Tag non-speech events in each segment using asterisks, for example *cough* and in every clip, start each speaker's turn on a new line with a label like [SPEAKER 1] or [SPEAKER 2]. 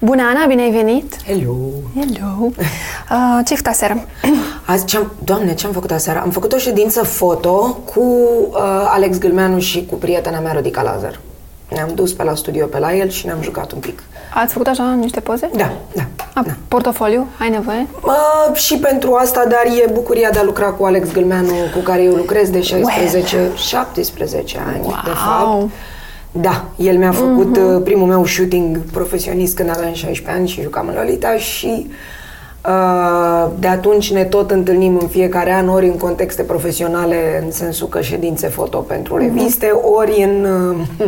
[SPEAKER 1] Bună, Ana, bine ai venit!
[SPEAKER 2] Hello!
[SPEAKER 1] Hello! Uh, ce ai făcut aseară?
[SPEAKER 2] Azi, ce-am, doamne, ce-am făcut aseară? Am făcut o ședință foto cu uh, Alex Gâlmeanu și cu prietena mea, Rodica Lazar. Ne-am dus pe la studio pe la el și ne-am jucat un pic.
[SPEAKER 1] *clears throat* Ați făcut așa niște poze?
[SPEAKER 2] Da, da.
[SPEAKER 1] A, da. Portofoliu? Ai nevoie?
[SPEAKER 2] Uh, și pentru asta, dar e bucuria de a lucra cu Alex Gâlmeanu, cu care eu lucrez de 16-17 ani, de fapt. Da, el mi-a făcut
[SPEAKER 1] Mhm.
[SPEAKER 2] uh, primul meu shooting profesionist când aveam 16 ani și jucam în Lolita și uh, de atunci ne tot întâlnim în fiecare an, ori în contexte profesionale, în sensul că ședințe foto pentru
[SPEAKER 1] Mhm.
[SPEAKER 2] reviste, ori în uh,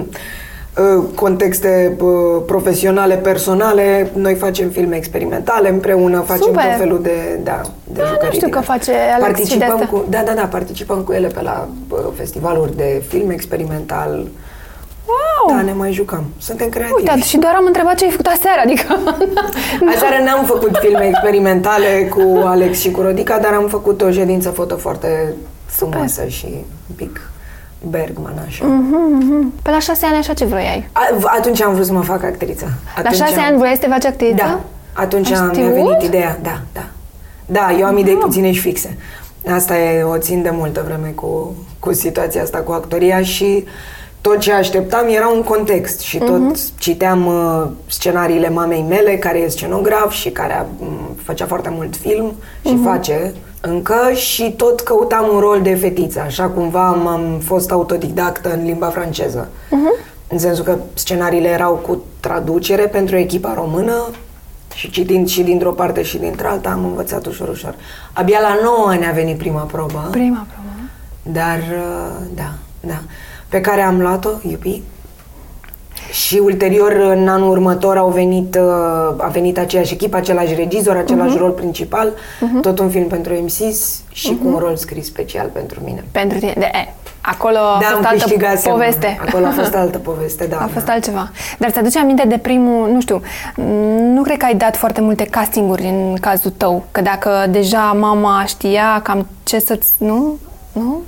[SPEAKER 2] uh, contexte uh, profesionale, personale. Noi facem filme experimentale împreună, facem
[SPEAKER 1] Super!
[SPEAKER 2] tot felul de, da, de
[SPEAKER 1] Da, nu
[SPEAKER 2] jucării
[SPEAKER 1] știu
[SPEAKER 2] din
[SPEAKER 1] că
[SPEAKER 2] astea.
[SPEAKER 1] face Alex și de
[SPEAKER 2] participăm
[SPEAKER 1] astea.
[SPEAKER 2] cu, Da, da, da, participăm cu ele pe la uh, festivaluri de film experimental,
[SPEAKER 1] Wow!
[SPEAKER 2] da, ne mai jucam. Suntem creativi.
[SPEAKER 1] Uite, Da, și doar am întrebat ce ai făcut aseară, adică...
[SPEAKER 2] *laughs* Aseară n-am făcut filme experimentale cu Alex și cu Rodica, dar am făcut o ședință foto foarte frumoasă și un pic Bergman, așa. Mm.
[SPEAKER 1] Pe Mhm, Păi la șase ani așa ce vroiai?
[SPEAKER 2] atunci am vrut să mă fac actriță.
[SPEAKER 1] La
[SPEAKER 2] Atunci
[SPEAKER 1] șase
[SPEAKER 2] am...
[SPEAKER 1] ani vroiai să te faci actriță?
[SPEAKER 2] Da. Atunci
[SPEAKER 1] Ai
[SPEAKER 2] am mi-a
[SPEAKER 1] știut?
[SPEAKER 2] venit ideea. Da, da. Da, eu am idei puține și fixe. Asta e, o țin de multă vreme cu, cu situația asta cu actoria și tot ce așteptam era un context și tot citeam uh, scenariile mamei mele, care e scenograf și care a, m, făcea foarte mult film și face încă și tot căutam un rol de fetiță, așa cumva am, am fost autodidactă în limba franceză. În sensul că scenariile erau cu traducere pentru echipa română, și citind și dintr-o parte și dintr-alta, am învățat ușor, ușor. Abia la 9 ne-a venit prima probă,
[SPEAKER 1] Prima probă.
[SPEAKER 2] dar uh, da, da, pe care am luat-o, iubi. Și ulterior, în anul următor, au venit, uh, a venit aceeași echipă, același regizor,
[SPEAKER 1] Mhm.
[SPEAKER 2] același rol principal, tot un film pentru MCs și cu un
[SPEAKER 1] Mhm.
[SPEAKER 2] rol scris special pentru mine.
[SPEAKER 1] Pentru tine. De, e, acolo a
[SPEAKER 2] da,
[SPEAKER 1] fost
[SPEAKER 2] am
[SPEAKER 1] altă
[SPEAKER 2] câștigat semnul.
[SPEAKER 1] poveste. *laughs*
[SPEAKER 2] Acolo a fost altă poveste, da.
[SPEAKER 1] A fost
[SPEAKER 2] da.
[SPEAKER 1] altceva. Dar ți-aduce aminte de primul, nu știu, nu cred că ai dat foarte multe castinguri în cazul tău, că dacă deja mama știa cam ce să-ți, nu? Nu?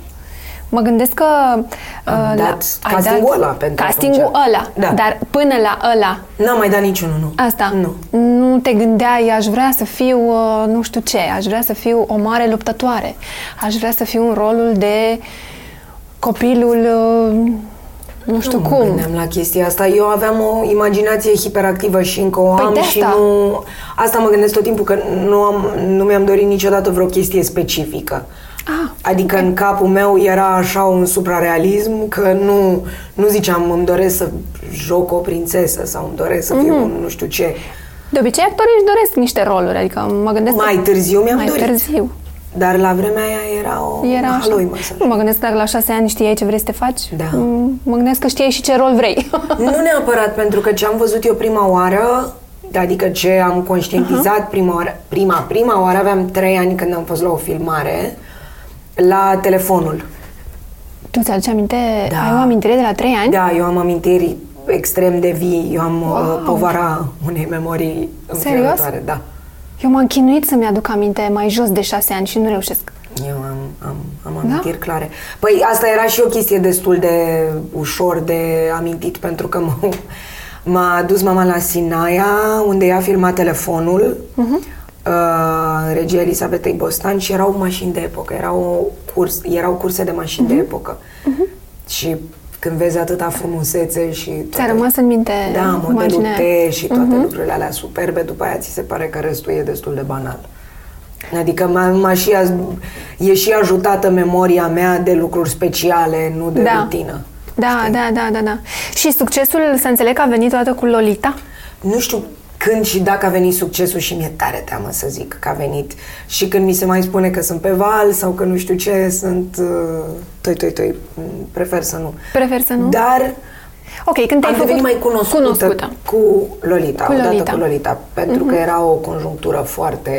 [SPEAKER 1] Mă gândesc că... uh,
[SPEAKER 2] Am dat
[SPEAKER 1] ai
[SPEAKER 2] castingul ăla pentru
[SPEAKER 1] Castingul
[SPEAKER 2] atunci.
[SPEAKER 1] ăla,
[SPEAKER 2] Da.
[SPEAKER 1] dar până la ăla,
[SPEAKER 2] N-am mai dat niciunul, nu.
[SPEAKER 1] asta,
[SPEAKER 2] Nu.
[SPEAKER 1] nu te gândeai, aș vrea să fiu uh, nu știu ce, aș vrea să fiu o mare luptătoare, aș vrea să fiu în rolul de copilul uh, nu știu
[SPEAKER 2] Nu mă
[SPEAKER 1] cum.
[SPEAKER 2] Oh. gândeam la chestia asta. Eu aveam o imaginație hiperactivă și încă o
[SPEAKER 1] Păi
[SPEAKER 2] am
[SPEAKER 1] de
[SPEAKER 2] și
[SPEAKER 1] asta.
[SPEAKER 2] nu... Asta mă gândesc tot timpul, că nu, am, nu mi-am dorit niciodată vreo chestie specifică.
[SPEAKER 1] Ah,
[SPEAKER 2] adică în capul meu era așa un suprarealism că nu, nu ziceam îmi doresc să joc o prințesă sau îmi doresc să
[SPEAKER 1] Mhm.
[SPEAKER 2] fiu un nu știu ce.
[SPEAKER 1] De obicei, actorii își doresc niște roluri, adică mă gândesc...
[SPEAKER 2] Mai
[SPEAKER 1] că-
[SPEAKER 2] târziu mi-am
[SPEAKER 1] mai
[SPEAKER 2] dorit.
[SPEAKER 1] târziu.
[SPEAKER 2] Dar la vremea aia era o
[SPEAKER 1] Era așa.
[SPEAKER 2] haloimă să
[SPEAKER 1] Nu mă gândesc că dacă la șase ani știai ce vrei să te faci.
[SPEAKER 2] Da.
[SPEAKER 1] m- Mă gândesc că știai și ce rol vrei. *laughs*
[SPEAKER 2] Nu neapărat, pentru că ce am văzut eu prima oară, adică ce am conștientizat prima oară, prima, prima oară, aveam trei ani când am fost la o filmare, la telefonul.
[SPEAKER 1] tu ți-aduci aminte?
[SPEAKER 2] Da.
[SPEAKER 1] Ai o amintire de la trei ani?
[SPEAKER 2] Da, eu am amintiri extrem de vii, eu am wow. povara unei memorii înfiorătoare, da.
[SPEAKER 1] Eu m-am chinuit să-mi aduc aminte mai jos de șase ani și nu reușesc.
[SPEAKER 2] Eu am, am, am amintiri da? clare. Păi asta era și o chestie destul de ușor de amintit, pentru că m- m-a dus mama la Sinaia, unde ea filma telefonul,
[SPEAKER 1] Mhm.
[SPEAKER 2] uh-huh. uh, regia Elisabetei Bostan și erau mașini de epocă, erau, curs, erau curse de mașini uh-huh.
[SPEAKER 1] Mhm.
[SPEAKER 2] de epocă. Uh-huh. Și când vezi atâta frumusețe și...
[SPEAKER 1] Ți-a
[SPEAKER 2] toate-
[SPEAKER 1] rămas în minte
[SPEAKER 2] Da, modelul
[SPEAKER 1] imaginea aia.
[SPEAKER 2] T și
[SPEAKER 1] Mhm.
[SPEAKER 2] toate uh-huh. lucrurile alea superbe, după aia ți se pare că restul e destul de banal. Adică m-a, m-a și a, e și ajutată memoria mea de lucruri speciale, nu de
[SPEAKER 1] Da.
[SPEAKER 2] rutină.
[SPEAKER 1] Da, da, da, da, da. Și succesul, să înțeleg că a venit odată cu Lolita.
[SPEAKER 2] Nu știu când și dacă a venit succesul și mi-e tare teamă să zic că a venit. Și când mi se mai spune că sunt pe val sau că nu știu ce, sunt... uh, Toi, toi, toi, mm, prefer să nu.
[SPEAKER 1] Prefer să nu?
[SPEAKER 2] Dar
[SPEAKER 1] Ok, când te-ai
[SPEAKER 2] Da. Am
[SPEAKER 1] făcut
[SPEAKER 2] devenit mai cunoscută,
[SPEAKER 1] cunoscută.
[SPEAKER 2] cu Lolita,
[SPEAKER 1] Cu
[SPEAKER 2] cu odată
[SPEAKER 1] Lolita. Mhm.
[SPEAKER 2] cu Lolita, pentru că era o conjunctură foarte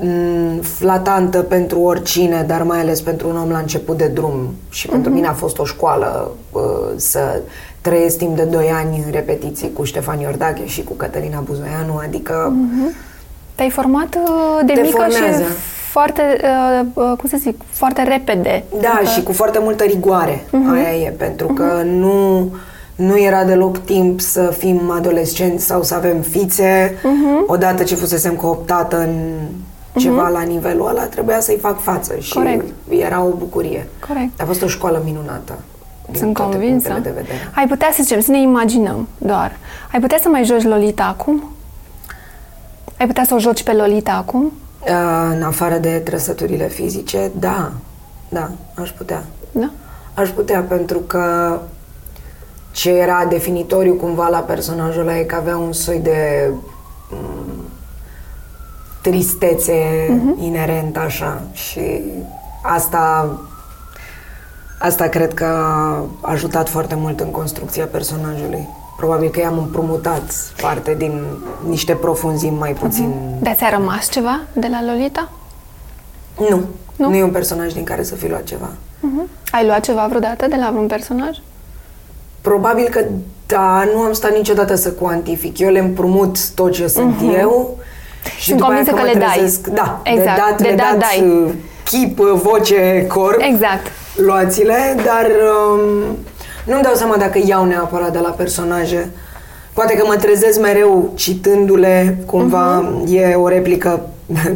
[SPEAKER 2] mm, flatantă pentru oricine, dar mai ales pentru un om la început de drum. Și pentru
[SPEAKER 1] Mhm.
[SPEAKER 2] mine a fost o școală uh, să trăiesc timp de 2 ani în repetiții cu Ștefan Iordache și cu Cătălina Buzoianu, adică
[SPEAKER 1] Mhm. Te-ai format uh, de
[SPEAKER 2] Te
[SPEAKER 1] mică
[SPEAKER 2] formează.
[SPEAKER 1] și foarte, uh, uh, cum să zic, foarte repede.
[SPEAKER 2] Da,
[SPEAKER 1] Adică- Mhm.
[SPEAKER 2] și cu foarte multă rigoare. Aia e, pentru că nu Nu era deloc timp să fim adolescenți sau să avem fițe.
[SPEAKER 1] Mhm.
[SPEAKER 2] Uh-huh. Odată ce fusesem cooptată în ceva uh-huh. la nivelul ăla, trebuia să-i fac față și
[SPEAKER 1] Corect.
[SPEAKER 2] era o bucurie.
[SPEAKER 1] Corect.
[SPEAKER 2] A fost o școală minunată. din
[SPEAKER 1] Sunt
[SPEAKER 2] toate
[SPEAKER 1] convinsă.
[SPEAKER 2] punctele De vedere.
[SPEAKER 1] Ai putea să zicem, să ne imaginăm doar. Ai putea să mai joci Lolita acum? Ai putea să o joci pe Lolita acum?
[SPEAKER 2] Uh, În afară de trăsăturile fizice, da, da, aș putea.
[SPEAKER 1] Da?
[SPEAKER 2] Aș putea, pentru că ce era definitoriu cumva la personajul ăla e că avea un soi de m, tristețe Mhm. inerent așa și asta asta cred că a ajutat foarte mult în construcția personajului. Probabil că i-am împrumutat parte din niște profunzimi mai puțin.
[SPEAKER 1] Dar ți-a rămas ceva de la Lolita?
[SPEAKER 2] Nu.
[SPEAKER 1] Nu?
[SPEAKER 2] Nu, e un personaj din care să fi luat ceva.
[SPEAKER 1] Uh-huh. Ai luat ceva vreodată de la vreun personaj?
[SPEAKER 2] Probabil că da, nu am stat niciodată să cuantific. Eu le împrumut tot ce sunt eu și
[SPEAKER 1] Mhm. Sunt
[SPEAKER 2] după aia
[SPEAKER 1] convinsă
[SPEAKER 2] mă
[SPEAKER 1] că le dai.
[SPEAKER 2] trezesc- Da,
[SPEAKER 1] Exact.
[SPEAKER 2] de dat,
[SPEAKER 1] De
[SPEAKER 2] le
[SPEAKER 1] dat
[SPEAKER 2] dați
[SPEAKER 1] dai.
[SPEAKER 2] uh, chip, uh, voce, corp,
[SPEAKER 1] Exact.
[SPEAKER 2] luați-le, dar um, nu-mi dau seama dacă iau neapărat de la personaje. Poate că mă trezesc mereu citându-le, cumva
[SPEAKER 1] Mhm.
[SPEAKER 2] e o replică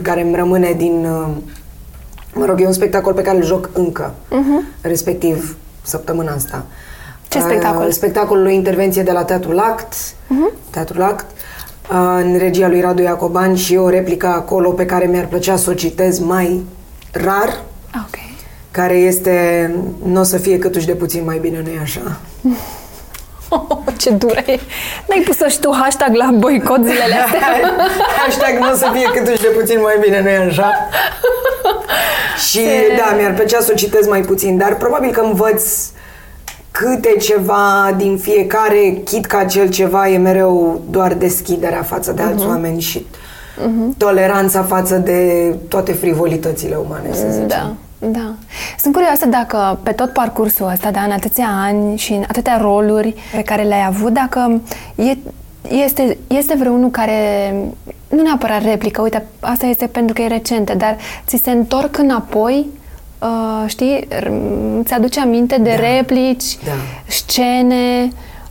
[SPEAKER 2] care îmi rămâne din... uh, Mă rog, e un spectacol pe care îl joc încă, respectiv săptămâna asta.
[SPEAKER 1] Mhm. Ce spectacol? Mhm.
[SPEAKER 2] Uh, spectacolul lui Intervenție de la Teatrul Act, uh-huh. Teatrul Act, uh, în regia lui Radu Iacoban și e o replică acolo pe care mi-ar plăcea să o citez mai rar,
[SPEAKER 1] Ah,
[SPEAKER 2] *laughs*
[SPEAKER 1] Ok.
[SPEAKER 2] care este, nu o să fie câtuși de puțin mai bine, nu-i așa?
[SPEAKER 1] Oh, ce dură e! N-ai pus-o și tu hashtag la boicot zilele astea?
[SPEAKER 2] Hashtag nu o să fie câtuși de puțin mai bine, nu-i așa? Și da, mi-ar plăcea să o citesc mai puțin, dar probabil că învăț câte ceva din fiecare, chit că acel ceva e mereu doar deschiderea față de alți oameni și toleranța față de toate frivolitățile umane, să zicem.
[SPEAKER 1] Da, da. Sunt curioasă dacă pe tot parcursul ăsta, da, în atâția ani și în atâtea roluri pe care le-ai avut, dacă e, este, este vreunul care, nu neapărat replică, uite, asta este pentru că e recentă, dar ți se întorc înapoi, uh, știi, r- îți aduce aminte de
[SPEAKER 2] Da.
[SPEAKER 1] replici,
[SPEAKER 2] Da.
[SPEAKER 1] scene,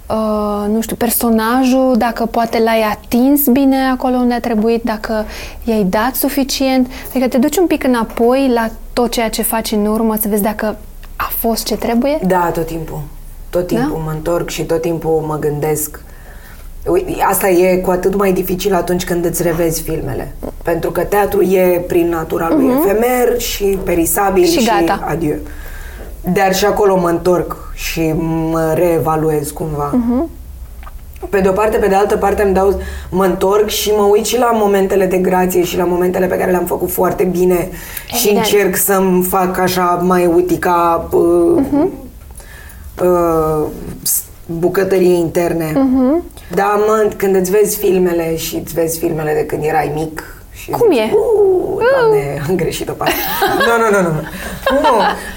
[SPEAKER 1] uh, nu știu, personajul, dacă poate l-ai atins bine acolo unde a trebuit, dacă i-ai dat suficient. Adică te duci un pic înapoi la tot ceea ce faci în urmă să vezi dacă a fost ce trebuie.
[SPEAKER 2] Da, tot timpul. Tot timpul
[SPEAKER 1] Da?
[SPEAKER 2] mă întorc și tot timpul mă gândesc. Ui, Asta e cu atât mai dificil atunci când îți revezi filmele. Pentru că teatru e prin natura lui efemer și perisabil
[SPEAKER 1] Mhm. Și
[SPEAKER 2] și,
[SPEAKER 1] gata.
[SPEAKER 2] adieu. Dar și acolo mă întorc și mă reevaluez cumva.
[SPEAKER 1] Mhm.
[SPEAKER 2] Pe de o parte, pe de altă parte îmi dau, mă întorc și mă uit și la momentele de grație și la momentele pe care le-am făcut foarte bine și
[SPEAKER 1] Evident.
[SPEAKER 2] încerc să-mi fac așa mai utica uh,
[SPEAKER 1] Mhm.
[SPEAKER 2] uh, s- bucătărie interne.
[SPEAKER 1] Mhm.
[SPEAKER 2] Dar mă, când îți vezi filmele și îți vezi filmele de când erai mic și
[SPEAKER 1] Cum
[SPEAKER 2] zici,
[SPEAKER 1] e?
[SPEAKER 2] "Uuu, Doamne, am greșit o parte. Nu, nu, nu, nu. Nu,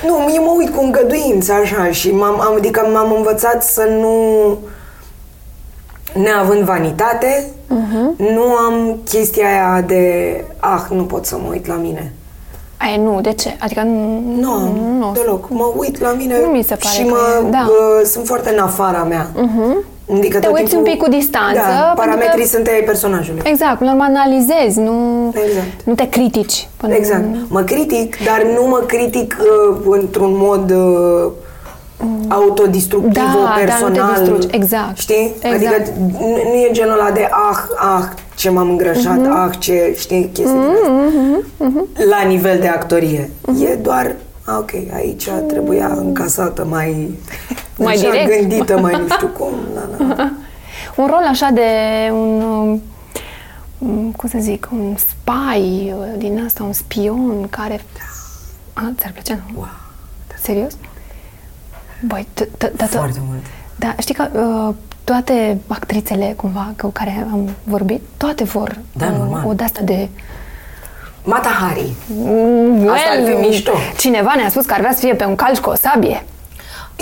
[SPEAKER 2] nu, eu mă uit cu îngăduință așa și m-am, am- adică m-am învățat să nu neavând vanitate,
[SPEAKER 1] Mhm.
[SPEAKER 2] nu am chestia aia de ah, nu pot să mă uit la mine.
[SPEAKER 1] Ai, nu, de ce? Adică nu,
[SPEAKER 2] Nu,
[SPEAKER 1] nu, nu.
[SPEAKER 2] deloc. Mă uit la mine
[SPEAKER 1] Nu mi se pare
[SPEAKER 2] și
[SPEAKER 1] că
[SPEAKER 2] mă,
[SPEAKER 1] e, da. Mhm.
[SPEAKER 2] bă, sunt foarte în afara mea. Adică
[SPEAKER 1] Te
[SPEAKER 2] tot
[SPEAKER 1] uiți un pic cu distanță,
[SPEAKER 2] Da,
[SPEAKER 1] pentru
[SPEAKER 2] parametrii
[SPEAKER 1] că-
[SPEAKER 2] sunt ai personajului.
[SPEAKER 1] Exact, normal analizezi, nu,
[SPEAKER 2] Exact.
[SPEAKER 1] nu te critici. Până
[SPEAKER 2] Exact. Mă critic, dar nu mă critic uh, într-un mod uh, autodistructiv,
[SPEAKER 1] Mm. Da, da, nu te
[SPEAKER 2] personal.
[SPEAKER 1] distrugi. Exact.
[SPEAKER 2] Știi?
[SPEAKER 1] Exact.
[SPEAKER 2] Adică nu nu e genul ăla de ah, ah, ce m-am îngrășat,
[SPEAKER 1] Mm-hmm.
[SPEAKER 2] ah, ce, știi, chestii mm-hmm. La nivel de actorie.
[SPEAKER 1] Mm-hmm.
[SPEAKER 2] E doar, ah, ok, aici trebuia încasată mai...
[SPEAKER 1] Mm. *laughs* Mai
[SPEAKER 2] așa,
[SPEAKER 1] direct. Da.
[SPEAKER 2] gândită, mai nu știu
[SPEAKER 1] *laughs*
[SPEAKER 2] cum. Na, na.
[SPEAKER 1] Un rol așa de un, um, cum să zic, un spy uh, din asta, un spion care... A, ți-ar plăcea, nu?
[SPEAKER 2] Wow,
[SPEAKER 1] Serios? Băi, t- t- dar to-
[SPEAKER 2] Foarte mult.
[SPEAKER 1] Da, știi că uh, toate actrițele, cumva, cu care am vorbit, toate vor
[SPEAKER 2] Da,
[SPEAKER 1] uh,
[SPEAKER 2] normal.
[SPEAKER 1] o de-asta de...
[SPEAKER 2] Mata Hari.
[SPEAKER 1] Asta
[SPEAKER 2] ar fi mișto.
[SPEAKER 1] Cineva ne-a spus că ar vrea să fie pe un calci cu o sabie.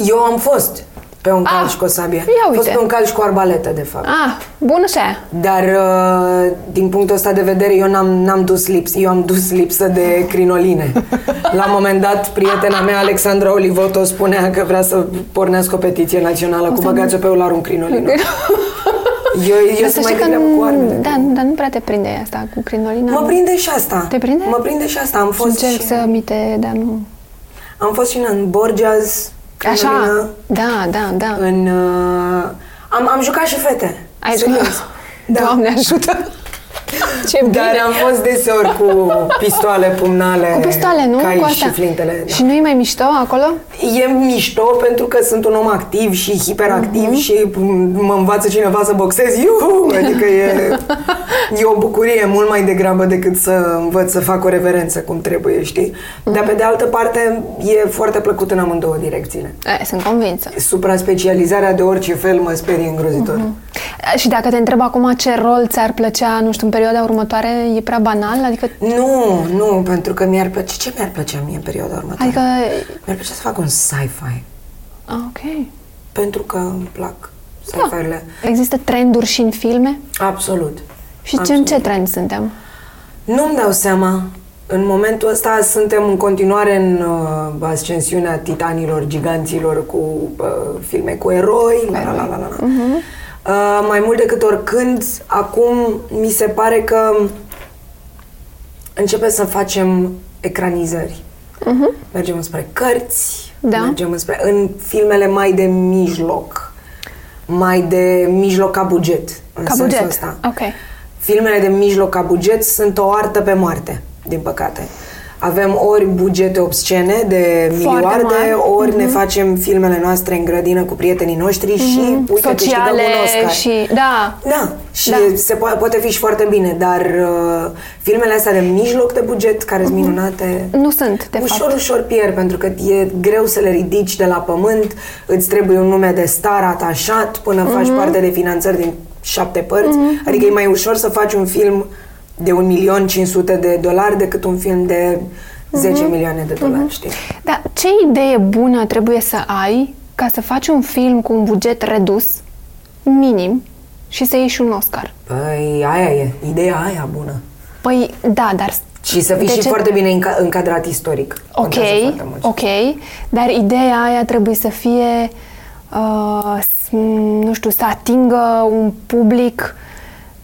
[SPEAKER 2] Eu am fost. pe un
[SPEAKER 1] Ah,
[SPEAKER 2] calș cu o sabie.
[SPEAKER 1] ia
[SPEAKER 2] A fost
[SPEAKER 1] uite.
[SPEAKER 2] pe un calș cu arbaletă, de fapt.
[SPEAKER 1] Ah, bună și aia.
[SPEAKER 2] Dar uh, din punctul ăsta de vedere, eu n-am, n-am dus lipsă, eu am dus lipsă de crinoline. La un moment dat, prietena mea, Alexandra Olivoto, spunea că vrea să pornească o petiție națională cu băgați-o pe ular un crinolină. Eu, eu
[SPEAKER 1] Dar
[SPEAKER 2] sunt
[SPEAKER 1] știi
[SPEAKER 2] mai degrabă cu arme.
[SPEAKER 1] da, dar nu prea te prinde asta cu crinolina.
[SPEAKER 2] Mă
[SPEAKER 1] nu?
[SPEAKER 2] prinde și asta.
[SPEAKER 1] Te prinde?
[SPEAKER 2] Mă prinde și asta. Am fost,
[SPEAKER 1] Încerc
[SPEAKER 2] și,
[SPEAKER 1] să mite, dar nu.
[SPEAKER 2] am fost și în Borgias,
[SPEAKER 1] Așa,
[SPEAKER 2] crinolină,
[SPEAKER 1] da, da, da.
[SPEAKER 2] în... Uh, am, am jucat și fete.
[SPEAKER 1] Ai
[SPEAKER 2] serios. *laughs*
[SPEAKER 1] Da. Doamne ajută! Ce bine!
[SPEAKER 2] Dar uh, am fost deseori cu pistoale, pumnale,
[SPEAKER 1] cu pistoale, nu?
[SPEAKER 2] cai
[SPEAKER 1] cu
[SPEAKER 2] și flintele. Da.
[SPEAKER 1] Și nu-i mai mișto acolo?
[SPEAKER 2] E mișto pentru că sunt un om activ și hiperactiv
[SPEAKER 1] Mhm.
[SPEAKER 2] și m- mă învață cineva să boxez. Iuhu! Adică
[SPEAKER 1] *laughs*
[SPEAKER 2] e, e o bucurie mult mai degrabă decât să învăț să fac o reverență cum trebuie, știi? Dar pe de altă parte e foarte plăcut în amândouă direcțiile.
[SPEAKER 1] E, sunt convinsă.
[SPEAKER 2] Supraspecializarea de orice fel mă sperie îngrozitor.
[SPEAKER 1] Mhm. E, Uh, Și dacă te întreb acum ce rol ți-ar plăcea, nu știu, în perioada următoare, e prea banal? Adică,
[SPEAKER 2] Nu, nu, pentru că mi-ar plăcea... Ce mi-ar plăcea mie în perioada următoare?
[SPEAKER 1] adică
[SPEAKER 2] Mi-ar plăcea să fac un sci-fi.
[SPEAKER 1] a, ok.
[SPEAKER 2] Pentru că îmi plac sci-fi-urile.
[SPEAKER 1] Există trenduri și în filme?
[SPEAKER 2] Absolut.
[SPEAKER 1] Și ce, în ce trend suntem?
[SPEAKER 2] Nu-mi dau seama. În momentul ăsta suntem în continuare în uh, ascensiunea titanilor, giganților cu uh, filme cu eroi. La, la, la, la, la.
[SPEAKER 1] Mhm.
[SPEAKER 2] Uh-huh. Uh, mai mult decât oricând, acum mi se pare că începe să facem ecranizări. Uh-huh. Mergem spre cărți,
[SPEAKER 1] Mhm. Da.
[SPEAKER 2] mergem spre în filmele mai de mijloc, mai de mijloc ca buget. În
[SPEAKER 1] Ca
[SPEAKER 2] sensul
[SPEAKER 1] buget.
[SPEAKER 2] Ăsta.
[SPEAKER 1] Ok.
[SPEAKER 2] Filmele de mijloc ca buget sunt o artă pe moarte, din păcate. Avem ori bugete obscene de milioarde,
[SPEAKER 1] mari. Mhm.
[SPEAKER 2] ori ne facem filmele noastre în grădină cu prietenii noștri și uite, câștigăm
[SPEAKER 1] Sociale
[SPEAKER 2] un Oscar.
[SPEAKER 1] și... Da.
[SPEAKER 2] Da, și
[SPEAKER 1] Da.
[SPEAKER 2] se po- poate fi și foarte bine, dar uh, filmele astea de mijloc de buget, care sunt
[SPEAKER 1] Mhm.
[SPEAKER 2] minunate,
[SPEAKER 1] Nu sunt, de
[SPEAKER 2] ușor,
[SPEAKER 1] fapt.
[SPEAKER 2] ușor pierd, pentru că e greu să le ridici de la pământ, îți trebuie un nume de star atașat până faci
[SPEAKER 1] Mhm.
[SPEAKER 2] parte de finanțări din șapte părți, adică e mai ușor să faci un film de 1.500.000 de dolari decât un film de
[SPEAKER 1] Mhm.
[SPEAKER 2] 10 milioane de dolari, știi?
[SPEAKER 1] Dar ce idee bună trebuie să ai ca să faci un film cu un buget redus, minim, și să ieși un Oscar?
[SPEAKER 2] Păi, aia e, ideea aia bună.
[SPEAKER 1] Păi, da, dar...
[SPEAKER 2] Și să fii
[SPEAKER 1] De
[SPEAKER 2] și
[SPEAKER 1] ce-
[SPEAKER 2] foarte bine înca- încadrat istoric.
[SPEAKER 1] Ok,
[SPEAKER 2] Contează foarte mult.
[SPEAKER 1] ok, dar ideea aia trebuie să fie, uh, s- nu știu, să atingă un public,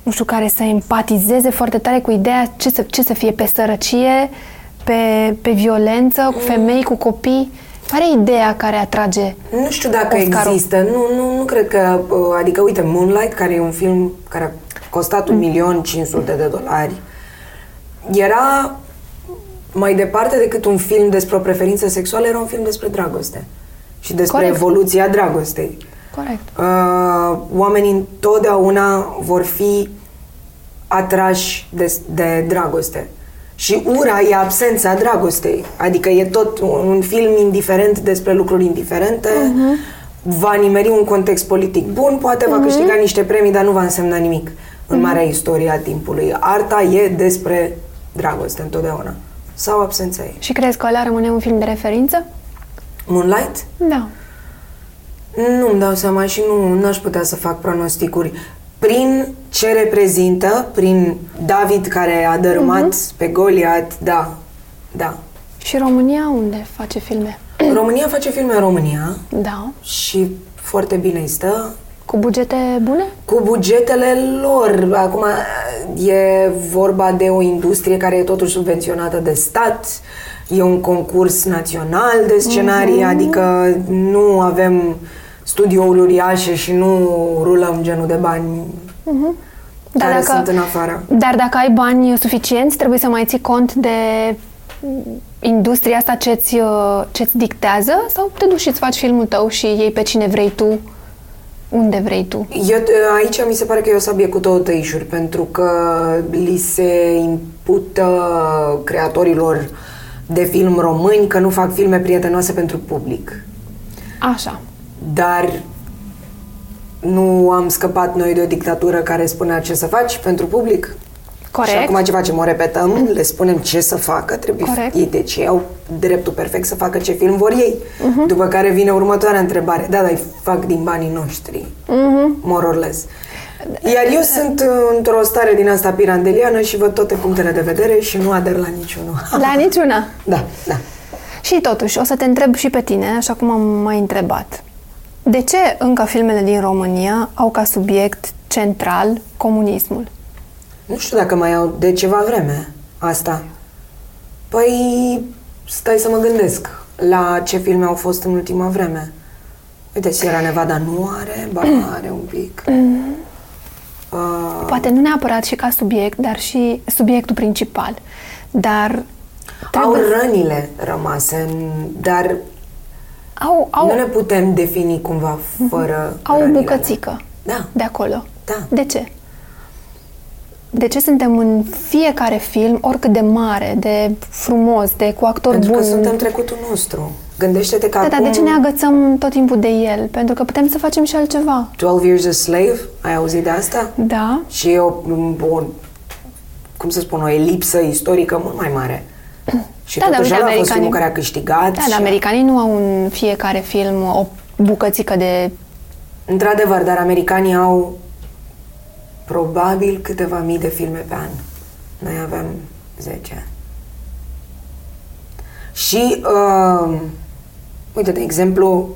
[SPEAKER 1] nu știu, care să empatizeze foarte tare cu ideea ce să, ce să fie pe sărăcie, pe, pe violență, cu femei, cu copii. Care e ideea care atrage?
[SPEAKER 2] Nu știu dacă
[SPEAKER 1] Oscarul.
[SPEAKER 2] există. Nu, nu, nu cred că... uh, Adică, uite, Moonlight, care e un film care a costat
[SPEAKER 1] Mm.
[SPEAKER 2] 1.500.000 de dolari, era mai departe decât un film despre o preferință sexuală, era un film despre dragoste. Și despre
[SPEAKER 1] Corect.
[SPEAKER 2] evoluția dragostei.
[SPEAKER 1] Corect.
[SPEAKER 2] Uh, oamenii întotdeauna vor fi atrași de, de dragoste. Și ura e absența dragostei. Adică e tot un, un film indiferent despre lucruri indiferente. Va nimeri un context politic bun, poate va câștiga niște premii, dar nu va însemna nimic în marea istorie a timpului. Arta e despre dragoste întotdeauna. Sau absența ei.
[SPEAKER 1] Și crezi că ăla rămâne un film de referință?
[SPEAKER 2] Moonlight?
[SPEAKER 1] Da.
[SPEAKER 2] Nu-mi dau seama și nu n-aș putea să fac pronosticuri. Prin ce reprezintă, prin David care a dărâmat pe Goliat, da, da.
[SPEAKER 1] Și România unde face filme?
[SPEAKER 2] România face filme în România
[SPEAKER 1] Da.
[SPEAKER 2] și foarte bine îi stă.
[SPEAKER 1] Cu bugete bune?
[SPEAKER 2] Cu bugetele lor, acum eh, e vorba de o industrie care e totuși subvenționată de stat, e un concurs național de scenarii, adică nu avem studiouri uriașe și nu rulăm genul de bani
[SPEAKER 1] Dar
[SPEAKER 2] care
[SPEAKER 1] Da, dacă-
[SPEAKER 2] sunt în afară.
[SPEAKER 1] Dar dacă ai bani suficienți, trebuie să mai ții cont de industria asta ce-ți, uh, ce-ți dictează sau te duci și-ți faci filmul tău și iei pe cine vrei tu, unde vrei tu.
[SPEAKER 2] Eu, eh, aici mi se pare că e o sabie cu două tăișuri, pentru că li se impută creatorilor de film români că nu fac filme prietenoase pentru public.
[SPEAKER 1] Așa.
[SPEAKER 2] dar nu am scăpat noi de o dictatură care spunea ce să faci pentru public.
[SPEAKER 1] Corect.
[SPEAKER 2] Și acum ce facem? O repetăm, le spunem ce să facă, trebuie
[SPEAKER 1] Corect.
[SPEAKER 2] ei, deci ei au dreptul perfect să facă ce film vor ei.
[SPEAKER 1] Mhm.
[SPEAKER 2] După care vine următoarea întrebare. Da, dar fac din banii noștri,
[SPEAKER 1] Mhm.
[SPEAKER 2] more or less. Iar eu sunt uh, într-o stare din asta pirandeliană și văd toate punctele de vedere și nu ader la niciunul. *laughs*
[SPEAKER 1] La niciuna.
[SPEAKER 2] Da, da.
[SPEAKER 1] Și totuși, o să te întreb și pe tine, așa cum am mai întrebat. De ce încă filmele din România au ca subiect central comunismul?
[SPEAKER 2] Nu știu dacă mai au de ceva vreme asta. Păi, stai să mă gândesc la ce filme au fost în ultima vreme. Uite, Sierra Nevada nu are, ba *clears throat* are un pic.
[SPEAKER 1] Mhm.
[SPEAKER 2] Uh,
[SPEAKER 1] Poate nu neapărat și ca subiect, dar și subiectul principal. Dar
[SPEAKER 2] au
[SPEAKER 1] trebuie să-
[SPEAKER 2] rănile rămase, în- dar
[SPEAKER 1] au, au, Mhm.
[SPEAKER 2] nu le putem defini cumva fără
[SPEAKER 1] au o
[SPEAKER 2] rănile.
[SPEAKER 1] bucățică
[SPEAKER 2] Da.
[SPEAKER 1] de acolo.
[SPEAKER 2] Da.
[SPEAKER 1] De ce? De ce suntem în fiecare film, oricât de mare, de frumos, de cu actor
[SPEAKER 2] Pentru
[SPEAKER 1] bun?
[SPEAKER 2] că suntem trecutul nostru. Gândește-te că
[SPEAKER 1] Da,
[SPEAKER 2] acum...
[SPEAKER 1] dar de ce ne agățăm tot timpul de el? Pentru că putem să facem și altceva.
[SPEAKER 2] 12 Years a Slave, ai auzit de asta?
[SPEAKER 1] Da.
[SPEAKER 2] Și e o, o, cum să spun, o elipsă istorică mult mai
[SPEAKER 1] *clears throat*
[SPEAKER 2] mare. Și
[SPEAKER 1] Da, dar
[SPEAKER 2] totuși
[SPEAKER 1] uite,
[SPEAKER 2] ăla a fost
[SPEAKER 1] americanii-
[SPEAKER 2] filmul care a câștigat.
[SPEAKER 1] Da,
[SPEAKER 2] și-
[SPEAKER 1] dar americanii nu au în fiecare film o bucățică de...
[SPEAKER 2] Într-adevăr, dar americanii au probabil câteva mii de filme pe an. Noi avem 10. Și, uh, uite, de exemplu,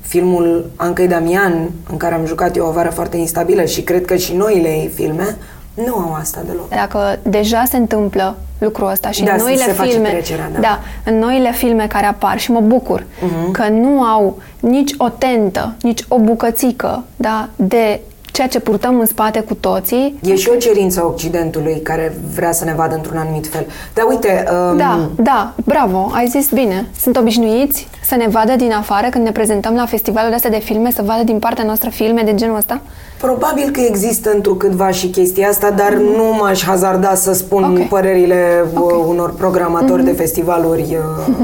[SPEAKER 2] filmul Ancăi Damian, în care am jucat eu o vară foarte instabilă și cred că și noile ei filme, nu au asta deloc.
[SPEAKER 1] Dacă deja se întâmplă lucrul ăsta și
[SPEAKER 2] Da,
[SPEAKER 1] în
[SPEAKER 2] se-
[SPEAKER 1] noile
[SPEAKER 2] se face
[SPEAKER 1] filme...
[SPEAKER 2] trecerea, da. Mhm.
[SPEAKER 1] da, în noile filme care apar și mă bucur că nu au nici o tentă, nici o bucățică da, de ceea ce purtăm în spate cu toții.
[SPEAKER 2] E și o cerință a Occidentului care vrea să ne vadă într-un anumit fel. Dar uite, um,
[SPEAKER 1] Da, da, bravo, ai zis bine. Sunt obișnuiți să ne vadă din afară când ne prezentăm la festivalul astea de filme, să vadă din partea noastră filme de genul ăsta?
[SPEAKER 2] probabil că există întrucâtva și chestia asta, dar nu m-aș hazarda să spun
[SPEAKER 1] Mhm. Ok. Mhm.
[SPEAKER 2] părerile uh, unor programatori de festivaluri.
[SPEAKER 1] *laughs*
[SPEAKER 2] uh,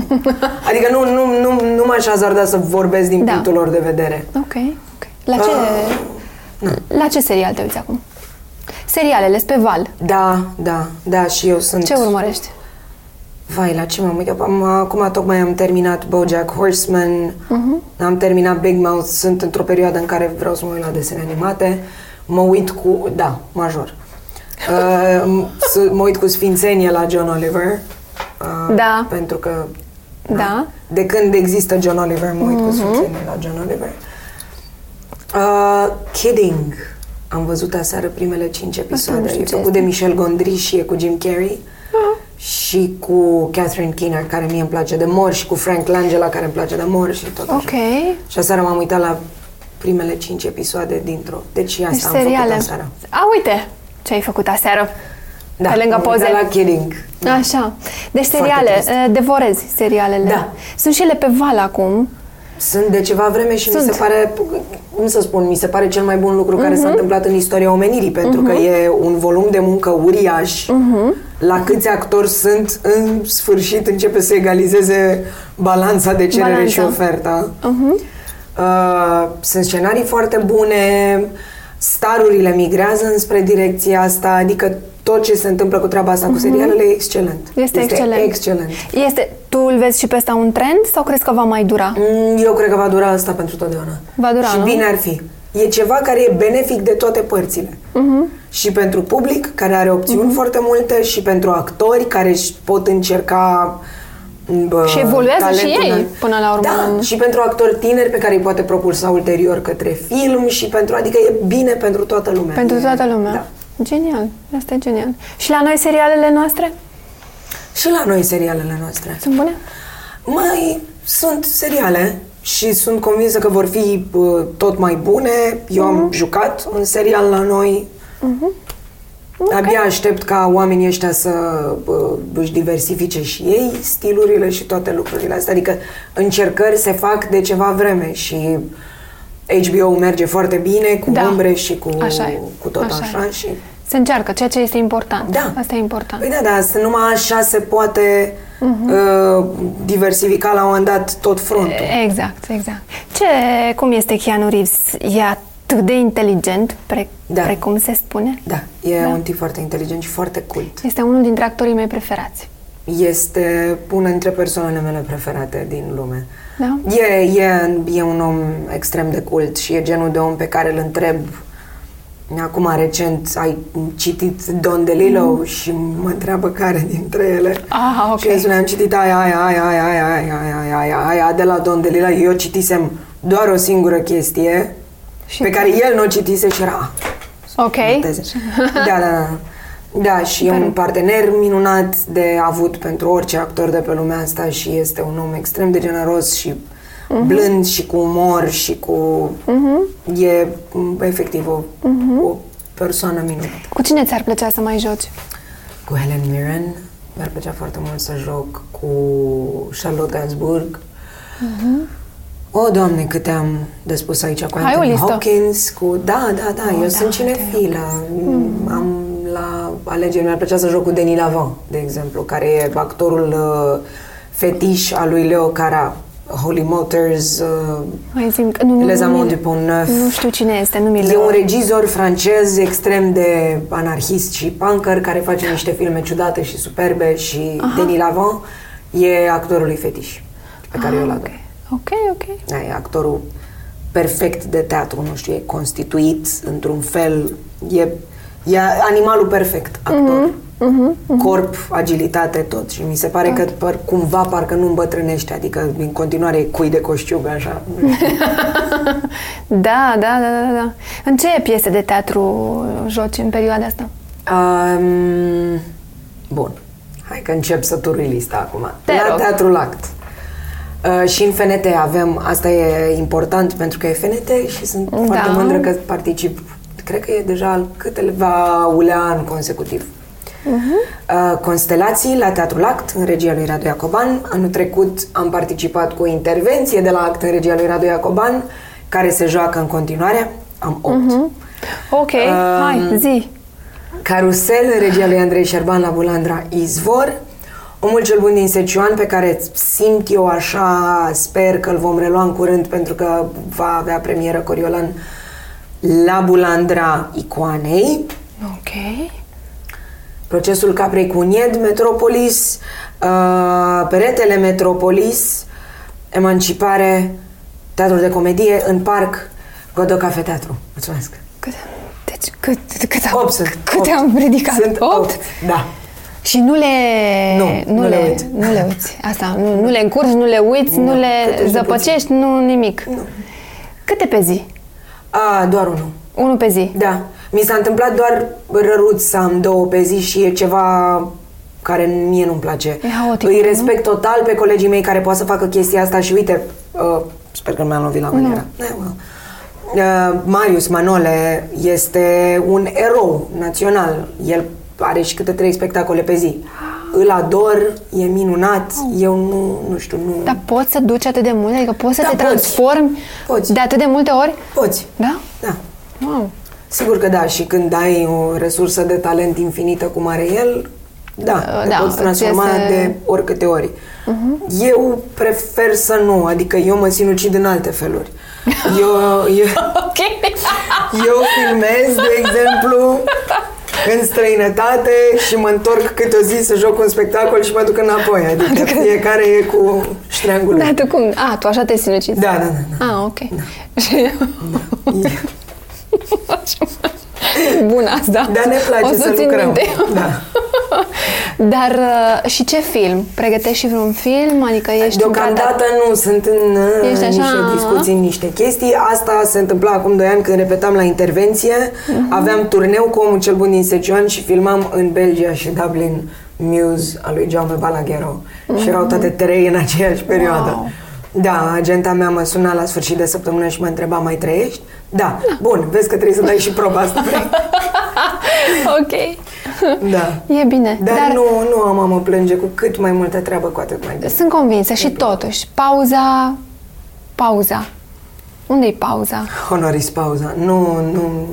[SPEAKER 2] adică nu, nu, nu, nu m-aș hazarda să vorbesc din
[SPEAKER 1] Da.
[SPEAKER 2] punctul lor de vedere.
[SPEAKER 1] Ok, ok. La ce,
[SPEAKER 2] Ah.
[SPEAKER 1] la ce serial te uiți acum? Serialele, pe val.
[SPEAKER 2] Da, da, da, și eu sunt...
[SPEAKER 1] Ce urmărești?
[SPEAKER 2] Ah. Vai, la ce m-am uitat? Am, acum tocmai am terminat BoJack Horseman,
[SPEAKER 1] Mhm.
[SPEAKER 2] am terminat Big Mouth, sunt într-o perioadă în care vreau să mă uit la desene animate, mă uit cu, da,
[SPEAKER 1] *laughs*
[SPEAKER 2] major, uh, m- s- mă uit cu sfințenie la John Oliver, uh,
[SPEAKER 1] Da.
[SPEAKER 2] pentru că
[SPEAKER 1] Da.
[SPEAKER 2] de când există John Oliver, mă uit
[SPEAKER 1] Mhm.
[SPEAKER 2] cu sfințenie la John Oliver. Uh, kidding. Am văzut aseară primele cinci
[SPEAKER 1] nu
[SPEAKER 2] episoade.
[SPEAKER 1] știu
[SPEAKER 2] E
[SPEAKER 1] ce Ah.
[SPEAKER 2] făcut de Michel Gondry și e cu Jim Carrey. Și cu Catherine Keener, care mie îmi place de mor, și cu Frank Langella, care îmi place de mor și tot
[SPEAKER 1] Ok. Deci
[SPEAKER 2] așa. Și aseară m-am uitat la primele cinci episoade dintr-o. Deci și
[SPEAKER 1] Deci
[SPEAKER 2] asta am făcut
[SPEAKER 1] seriale.
[SPEAKER 2] aseară.
[SPEAKER 1] A, uite ce ai făcut aseară.
[SPEAKER 2] Da,
[SPEAKER 1] pe lângă
[SPEAKER 2] m-am uitat
[SPEAKER 1] poze.
[SPEAKER 2] la Kidding.
[SPEAKER 1] Așa. Deci
[SPEAKER 2] Foarte
[SPEAKER 1] seriale,
[SPEAKER 2] trist.
[SPEAKER 1] eh, devorezi serialele.
[SPEAKER 2] Da.
[SPEAKER 1] Sunt și ele pe val acum.
[SPEAKER 2] Sunt de ceva vreme și mi
[SPEAKER 1] Sunt. Mhm.
[SPEAKER 2] se pare, cum să spun, mi se pare cel mai bun lucru care s-a întâmplat în istoria omenirii, pentru că e un volum de muncă uriaș,
[SPEAKER 1] Mhm.
[SPEAKER 2] la câți actori sunt, în sfârșit începe să egalizeze balanța de cerere
[SPEAKER 1] Balanța. Mhm.
[SPEAKER 2] și ofertă. Uh, sunt scenarii foarte bune, starurile migrează înspre direcția asta, adică tot ce se întâmplă cu treaba asta cu serialele e excelent.
[SPEAKER 1] Mhm. Este, excelent.
[SPEAKER 2] excelent.
[SPEAKER 1] Este, tu îl vezi și pe ăsta un trend sau crezi că va mai dura?
[SPEAKER 2] Mm, Eu cred că va dura asta pentru totdeauna.
[SPEAKER 1] Va dura,
[SPEAKER 2] Și
[SPEAKER 1] nu?
[SPEAKER 2] bine ar fi. E ceva care e benefic de toate părțile.
[SPEAKER 1] Mhm.
[SPEAKER 2] Și pentru public, care are opțiuni foarte multe, și pentru actori, care își pot încerca mm, bă,
[SPEAKER 1] Și evoluează și
[SPEAKER 2] talentul
[SPEAKER 1] ei,
[SPEAKER 2] în-
[SPEAKER 1] până la urmă, în-
[SPEAKER 2] Da, și pentru actori tineri pe care îi poate propulsa ulterior către film și pentru, adică e bine pentru toată lumea.
[SPEAKER 1] Pentru
[SPEAKER 2] E-
[SPEAKER 1] toată lumea.
[SPEAKER 2] Da.
[SPEAKER 1] Genial. Asta e genial. Și la noi serialele noastre?
[SPEAKER 2] Și la noi serialele noastre.
[SPEAKER 1] Sunt bune?
[SPEAKER 2] Mai sunt seriale și sunt convinsă că vor fi bă, tot mai bune. Eu
[SPEAKER 1] Mhm.
[SPEAKER 2] am jucat un serial la noi. Abia aștept ca oamenii ăștia să bă, își diversifice și ei stilurile și toate lucrurile astea. Adică încercări se fac de ceva vreme și HBO merge foarte bine cu
[SPEAKER 1] Da.
[SPEAKER 2] umbre și cu,
[SPEAKER 1] Așa e.
[SPEAKER 2] cu tot
[SPEAKER 1] Așa
[SPEAKER 2] așa.
[SPEAKER 1] e.
[SPEAKER 2] și,
[SPEAKER 1] Se încearcă, ceea ce este important.
[SPEAKER 2] da.
[SPEAKER 1] Asta e important.
[SPEAKER 2] Păi da, da, să numai așa se poate
[SPEAKER 1] Mhm.
[SPEAKER 2] uh, diversifica la un moment dat tot frontul.
[SPEAKER 1] Exact, exact. Ce, cum este Keanu Reeves? E atât de inteligent, pre-
[SPEAKER 2] Da.
[SPEAKER 1] precum se spune.
[SPEAKER 2] Da, e
[SPEAKER 1] Da.
[SPEAKER 2] un tip foarte inteligent și foarte cult.
[SPEAKER 1] Este unul dintre actorii mei preferați.
[SPEAKER 2] Este una dintre persoanele mele preferate din lume.
[SPEAKER 1] Da.
[SPEAKER 2] E, e, e un om extrem de cult și e genul de om pe care îl întreb acum recent ai citit Don DeLillo mm. și mă întreabă care dintre ele.
[SPEAKER 1] Ah, ok.
[SPEAKER 2] Și eu îi spuneam, am citit aia, aia, aia, aia, aia, aia, aia, aia, aia de la Don DeLillo. Eu citisem doar o singură chestie
[SPEAKER 1] Și-
[SPEAKER 2] și pe care el nu o citise și era... "Ah,
[SPEAKER 1] Ok.
[SPEAKER 2] noteze. Da, da, da. Da, și e un partener minunat de avut pentru orice actor de pe lumea asta și este un om extrem de generos și blând și cu umor și cu... E m, efectiv o, o persoană minunată.
[SPEAKER 1] Cu cine ți-ar plăcea să mai joci?
[SPEAKER 2] Cu Helen Mirren mi-ar plăcea foarte mult să joc cu Charlotte Gainsbourg. O, Doamne, câte am de spus aici cu
[SPEAKER 1] Ai
[SPEAKER 2] Anthony
[SPEAKER 1] Mhm. o listă?
[SPEAKER 2] Hopkins, cu... Da, da, da, eu sunt cinefilă. Mm,
[SPEAKER 1] Mhm.
[SPEAKER 2] Am la alegeri, mi-ar plăcea să joc cu Denis Lavant, de exemplu, care e actorul uh, fetiș al lui Leo Cara, Holy Motors, uh,
[SPEAKER 1] Mai zim că... Nu, nu,
[SPEAKER 2] Les
[SPEAKER 1] nu,
[SPEAKER 2] Amants
[SPEAKER 1] mi-
[SPEAKER 2] du Pont-Neuf.
[SPEAKER 1] Mm. Nu știu cine este, nu mi-l...
[SPEAKER 2] E un regizor francez extrem de anarhist și punker care face niște filme ciudate și superbe și Aha. Denis Lavant e actorul lui fetiș pe care ah, eu l ador.
[SPEAKER 1] ok, ok. ok. *laughs*
[SPEAKER 2] Da, e actorul perfect de teatru, nu știu, e constituit într-un fel, e, e animalul perfect, actor. mhm, Corp, agilitate, tot. Și mi se pare că par, cumva parcă nu îmbătrânește, adică în continuare e cui de coșciug, așa.
[SPEAKER 1] Da, da, da, da, da. În ce piese de teatru joci în perioada asta?
[SPEAKER 2] Um, bun. Hai că încep să turui lista acum.
[SPEAKER 1] Te
[SPEAKER 2] la
[SPEAKER 1] rog.
[SPEAKER 2] Teatrul Act. Uh, și în FNT avem, asta e important pentru că e FNT și sunt
[SPEAKER 1] Da.
[SPEAKER 2] foarte mândră că particip. Cred că e deja al câteva ulea an consecutiv.
[SPEAKER 1] Mhm.
[SPEAKER 2] Uh, Constelații la Teatrul Act, în regia lui Radu Iacoban. Anul trecut am participat cu o intervenție de la Act în regia lui Radu Iacoban, care se joacă în continuare. Am 8.
[SPEAKER 1] Mhm. Ok, um, hai, zi.
[SPEAKER 2] Carusel, regia lui Andrei Șerban la Bulandra Izvor, Omul cel bun din Secioan, pe care simt eu așa, sper că îl vom relua în curând, pentru că va avea premieră Coriolan la Bulandra Icoanei.
[SPEAKER 1] Ok.
[SPEAKER 2] Procesul Caprei cu Unied, Metropolis, uh, Peretele Metropolis, Emancipare, Teatru de Comedie, în Parc, Godo Cafe Teatru. Mulțumesc!
[SPEAKER 1] Cât, deci, cât, cât, am,
[SPEAKER 2] Opt sunt,
[SPEAKER 1] cât
[SPEAKER 2] opt.
[SPEAKER 1] am ridicat?
[SPEAKER 2] Sunt opt, da.
[SPEAKER 1] Și nu le...
[SPEAKER 2] Nu, nu le uiți.
[SPEAKER 1] Nu le uiți. Asta, nu, nu le încurci, nu le uiți, nu, nu
[SPEAKER 2] Nu, cât
[SPEAKER 1] le
[SPEAKER 2] ești de
[SPEAKER 1] zăpăcești, nu nimic. Nu. Câte pe zi?
[SPEAKER 2] A, doar unul.
[SPEAKER 1] Unul pe zi.
[SPEAKER 2] Da. Mi s-a întâmplat doar răruț să am două pe zi și e ceva care mie nu-mi place.
[SPEAKER 1] E haotic,
[SPEAKER 2] Îi
[SPEAKER 1] nu?
[SPEAKER 2] respect total pe colegii mei care pot să facă chestia asta și uite, uh, sper că nu mi-am lovit la maniera. Uh, Marius Manole este un erou național. El are și câte trei spectacole pe zi. Îl ador, e minunat, eu nu, nu știu, nu...
[SPEAKER 1] Dar poți să duci atât de mult? Adică poți să
[SPEAKER 2] Da,
[SPEAKER 1] te
[SPEAKER 2] poți.
[SPEAKER 1] transformi
[SPEAKER 2] Poți.
[SPEAKER 1] de atât de multe ori?
[SPEAKER 2] Poți, *laughs*
[SPEAKER 1] Da?
[SPEAKER 2] da.
[SPEAKER 1] Wow.
[SPEAKER 2] Sigur că da, și când ai o resursă de talent infinită cum are el, da,
[SPEAKER 1] Uh,
[SPEAKER 2] te
[SPEAKER 1] da, Mhm.
[SPEAKER 2] poți transforma
[SPEAKER 1] îți iese-
[SPEAKER 2] de oricâte ori. Eu prefer să nu, adică eu mă sinucid în alte feluri. Eu, eu,
[SPEAKER 1] Ok. *laughs*
[SPEAKER 2] eu filmez, de exemplu, în străinătate și mă întorc câte o zi să joc un spectacol și mă duc înapoi. Adică fiecare e cu ștreangul. lui.
[SPEAKER 1] Dar Da, tu cum? A, tu așa te sinucizi.
[SPEAKER 2] Da, da, da.
[SPEAKER 1] Ah, ok. Și- *laughs* Bun asta.
[SPEAKER 2] Dar ne
[SPEAKER 1] o
[SPEAKER 2] place să
[SPEAKER 1] țin
[SPEAKER 2] lucrăm.
[SPEAKER 1] minte. *laughs*
[SPEAKER 2] Da.
[SPEAKER 1] Dar uh, și ce film? Pregătești și vreun film? Adică ești gata?
[SPEAKER 2] Deocamdată nu, sunt în uh,
[SPEAKER 1] Ești
[SPEAKER 2] niște
[SPEAKER 1] așa?
[SPEAKER 2] discuții, în niște chestii. Asta se întâmpla acum 2 ani când repetam la intervenție.
[SPEAKER 1] Mhm.
[SPEAKER 2] Aveam turneu cu omul cel bun din Secioan și filmam în Belgia și Dublin Muse al lui Jaume Balaghero. Și erau toate trei în aceeași perioadă.
[SPEAKER 1] Mhm. Wow.
[SPEAKER 2] Da, agenta mea mă suna la sfârșit de săptămână și mă întreba, mai trăiești? Da, bun, vezi că trebuie să dai și
[SPEAKER 1] *laughs*
[SPEAKER 2] proba asta.
[SPEAKER 1] ok.
[SPEAKER 2] da.
[SPEAKER 1] E bine.
[SPEAKER 2] Dar, Dar nu, nu am a mă plânge cu cât mai multă treabă, cu atât mai bine.
[SPEAKER 1] Sunt convinsă și totuși, pauza, pauza. Unde-i pauza?
[SPEAKER 2] Honoris pauza. Nu, nu.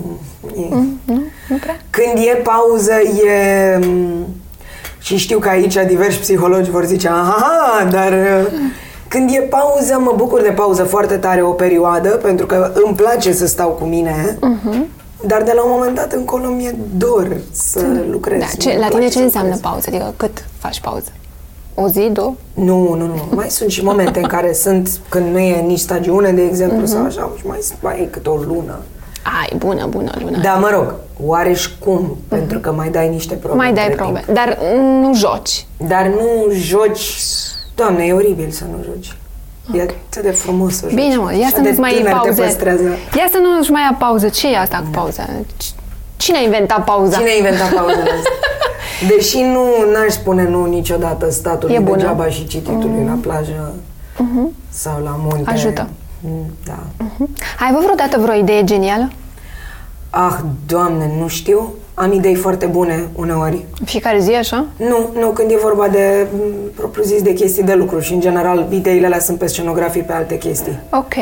[SPEAKER 2] E.
[SPEAKER 1] Nu? Nu prea?
[SPEAKER 2] Când e pauză, e... mm, m, Și știu că aici diversi psihologi vor zice, aha, dar uh, Când e pauză, mă bucur de pauză foarte tare o perioadă, pentru că îmi place să stau cu mine.
[SPEAKER 1] Mhm.
[SPEAKER 2] Uh-huh. Dar de la un moment dat încolo mi-e dor să lucrez.
[SPEAKER 1] Da, ce,
[SPEAKER 2] Mi-e
[SPEAKER 1] la tine
[SPEAKER 2] place
[SPEAKER 1] ce
[SPEAKER 2] să
[SPEAKER 1] înseamnă
[SPEAKER 2] lucrez.
[SPEAKER 1] pauză? Adică cât faci pauză? O zi, două?
[SPEAKER 2] Nu, nu, nu. Mai sunt și momente în care sunt, când nu e nici stagiune, de
[SPEAKER 1] Mhm.
[SPEAKER 2] exemplu, sau așa, și mai, mai e câte o lună.
[SPEAKER 1] Ai, bună, bună, lună.
[SPEAKER 2] Dar Da, mă rog, oare și cum? Pentru că mai dai niște probe.
[SPEAKER 1] Mai dai
[SPEAKER 2] între timp.
[SPEAKER 1] probe, dar nu joci.
[SPEAKER 2] Dar nu joci... Doamne, e oribil să nu joci. E atât de frumos să joci.
[SPEAKER 1] Bine, mă, ia
[SPEAKER 2] Așa
[SPEAKER 1] să
[SPEAKER 2] de
[SPEAKER 1] nu-ți mai iei
[SPEAKER 2] tânăr te
[SPEAKER 1] pauze.
[SPEAKER 2] păstrează.
[SPEAKER 1] Ia să nu-și mai ia pauză. Ce e asta cu pauza? C- Cine a inventat pauza?
[SPEAKER 2] Cine a inventat pauzele
[SPEAKER 1] *laughs*
[SPEAKER 2] astea? Deși nu, n-aș spune nu niciodată statului
[SPEAKER 1] E bună. Mm. Mhm.
[SPEAKER 2] degeaba și cititului la plajă sau la munte.
[SPEAKER 1] Ajută.
[SPEAKER 2] Mm, Da.
[SPEAKER 1] Ai avut vreodată vreo idee genială?
[SPEAKER 2] Ah, doamne, nu știu. Am idei foarte bune uneori.
[SPEAKER 1] În fiecare zi, așa?
[SPEAKER 2] Nu, nu, când e vorba de, m, propriu-zis, de chestii de lucru și, în general, ideile alea sunt pe scenografii, pe alte chestii.
[SPEAKER 1] Ok.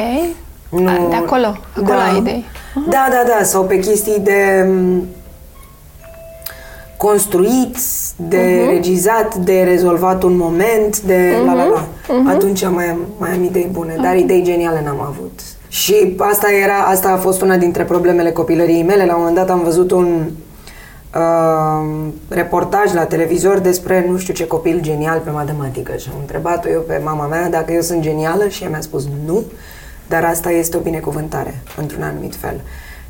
[SPEAKER 2] Nu...
[SPEAKER 1] A, de acolo. Acolo ai idei.
[SPEAKER 2] Da, da, da, sau pe chestii de mm, m, construit, de regizat, de rezolvat un moment, de la la la. Atunci mai am, mai am idei bune, dar idei geniale n-am avut. Și asta era, asta a fost una dintre problemele copilăriei mele. La un moment dat am văzut un uh, reportaj la televizor despre nu știu ce copil genial pe matematică și am întrebat-o eu pe mama mea dacă eu sunt genială și ea mi-a spus nu, dar asta este o binecuvântare într-un anumit fel.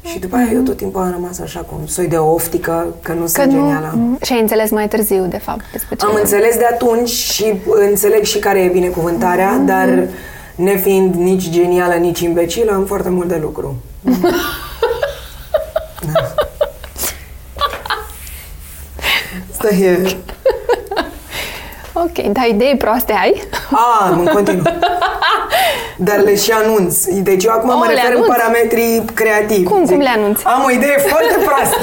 [SPEAKER 2] Și după aia eu tot timpul am rămas așa cu un soi de oftică că nu
[SPEAKER 1] Că
[SPEAKER 2] sunt
[SPEAKER 1] nu...
[SPEAKER 2] genială.
[SPEAKER 1] Mhm. Și ai înțeles mai târziu, de fapt, despre ce
[SPEAKER 2] Am
[SPEAKER 1] e.
[SPEAKER 2] înțeles de atunci și înțeleg și care e binecuvântarea,
[SPEAKER 1] Mhm.
[SPEAKER 2] dar nefiind nici genială, nici imbecilă, am foarte mult de
[SPEAKER 1] *laughs*
[SPEAKER 2] lucru. Da. Asta e...
[SPEAKER 1] Ok, dar idei proaste ai?
[SPEAKER 2] A, în continuu. Dar le și anunț. Deci eu acum
[SPEAKER 1] O,
[SPEAKER 2] mă
[SPEAKER 1] le
[SPEAKER 2] refer
[SPEAKER 1] anunți?
[SPEAKER 2] în parametrii creativi.
[SPEAKER 1] Cum- cum le anunți?
[SPEAKER 2] Am o idee foarte
[SPEAKER 1] *laughs*
[SPEAKER 2] proastă.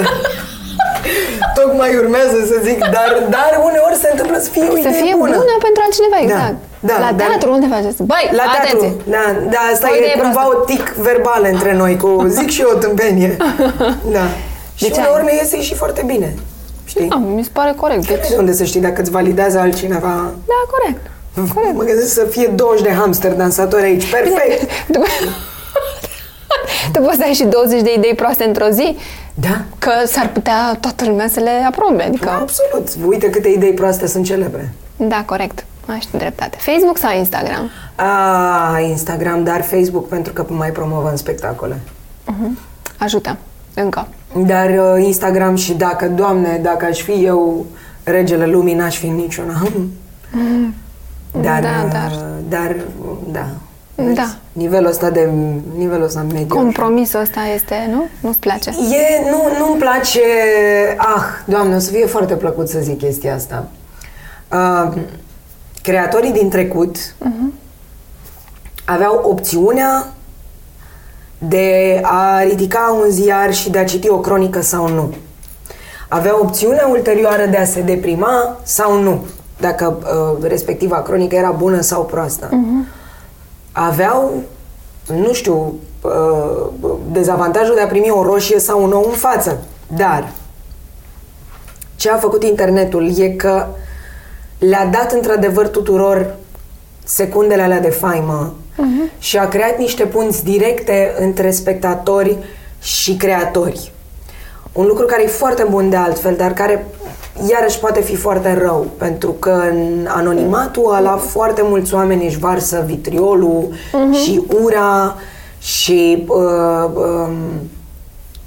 [SPEAKER 2] Tocmai urmează să zic, dar, dar uneori se întâmplă să fie o
[SPEAKER 1] Să
[SPEAKER 2] idee
[SPEAKER 1] fie bună. pentru altcineva, exact.
[SPEAKER 2] da,
[SPEAKER 1] la
[SPEAKER 2] dar-
[SPEAKER 1] teatru unde faci asta? Băi,
[SPEAKER 2] La
[SPEAKER 1] atenție!
[SPEAKER 2] teatru. Da, da, asta
[SPEAKER 1] O idee
[SPEAKER 2] e cumva
[SPEAKER 1] proastă.
[SPEAKER 2] o tic verbal între noi,
[SPEAKER 1] *laughs*
[SPEAKER 2] cu zic și eu o tâmpenie. Da.
[SPEAKER 1] De
[SPEAKER 2] Și
[SPEAKER 1] ce
[SPEAKER 2] uneori
[SPEAKER 1] ai?
[SPEAKER 2] mi iese și foarte bine. Știi?
[SPEAKER 1] Da, mi se pare corect. Deci...
[SPEAKER 2] De unde să știi dacă îți validează altcineva? *laughs*
[SPEAKER 1] Da, corect.
[SPEAKER 2] Mă gândesc să fie 20 de hamster dansatori aici. Perfect!
[SPEAKER 1] Tu... Păi, tu poți să ai și 20 de idei proaste într-o zi?
[SPEAKER 2] Da.
[SPEAKER 1] Că s-ar putea toată lumea să le aprobe, adică...
[SPEAKER 2] Absolut. Uite câte idei proaste sunt celebre.
[SPEAKER 1] Da, corect. Ai dreptate. Facebook sau Instagram?
[SPEAKER 2] A, Instagram, dar Facebook pentru că mai promovăm spectacole.
[SPEAKER 1] Ajută. Încă.
[SPEAKER 2] Dar uh, Instagram și dacă, Doamne, dacă aș fi eu regele lumii, n-aș fi niciuna. *laughs*
[SPEAKER 1] Mm.
[SPEAKER 2] Dar,
[SPEAKER 1] Da,
[SPEAKER 2] uh,
[SPEAKER 1] dar-
[SPEAKER 2] dar, uh, da.
[SPEAKER 1] Da.
[SPEAKER 2] Nivelul ăsta de, nivelul ăsta mediu.
[SPEAKER 1] Compromisul ăsta este, nu? Nu-ți place.
[SPEAKER 2] E, nu, nu-mi place... Ah, doamne, o să fie foarte plăcut să zic chestia asta. Uh, creatorii din trecut aveau opțiunea de a ridica un ziar și de a citi o cronică sau nu. Avea opțiunea ulterioară de a se deprima sau nu, dacă uh, respectiva cronică era bună sau proastă. Aveau, nu știu, uh, dezavantajul de a primi o roșie sau un ou în față. Dar ce a făcut internetul e că le-a dat într-adevăr tuturor secundele alea de faimă și a creat niște punți directe între spectatori și creatori. Un lucru care e foarte bun de altfel, dar care iarăși poate fi foarte rău, pentru că în anonimatul ăla foarte mulți oameni își varsă vitriolul și ura și uh, um,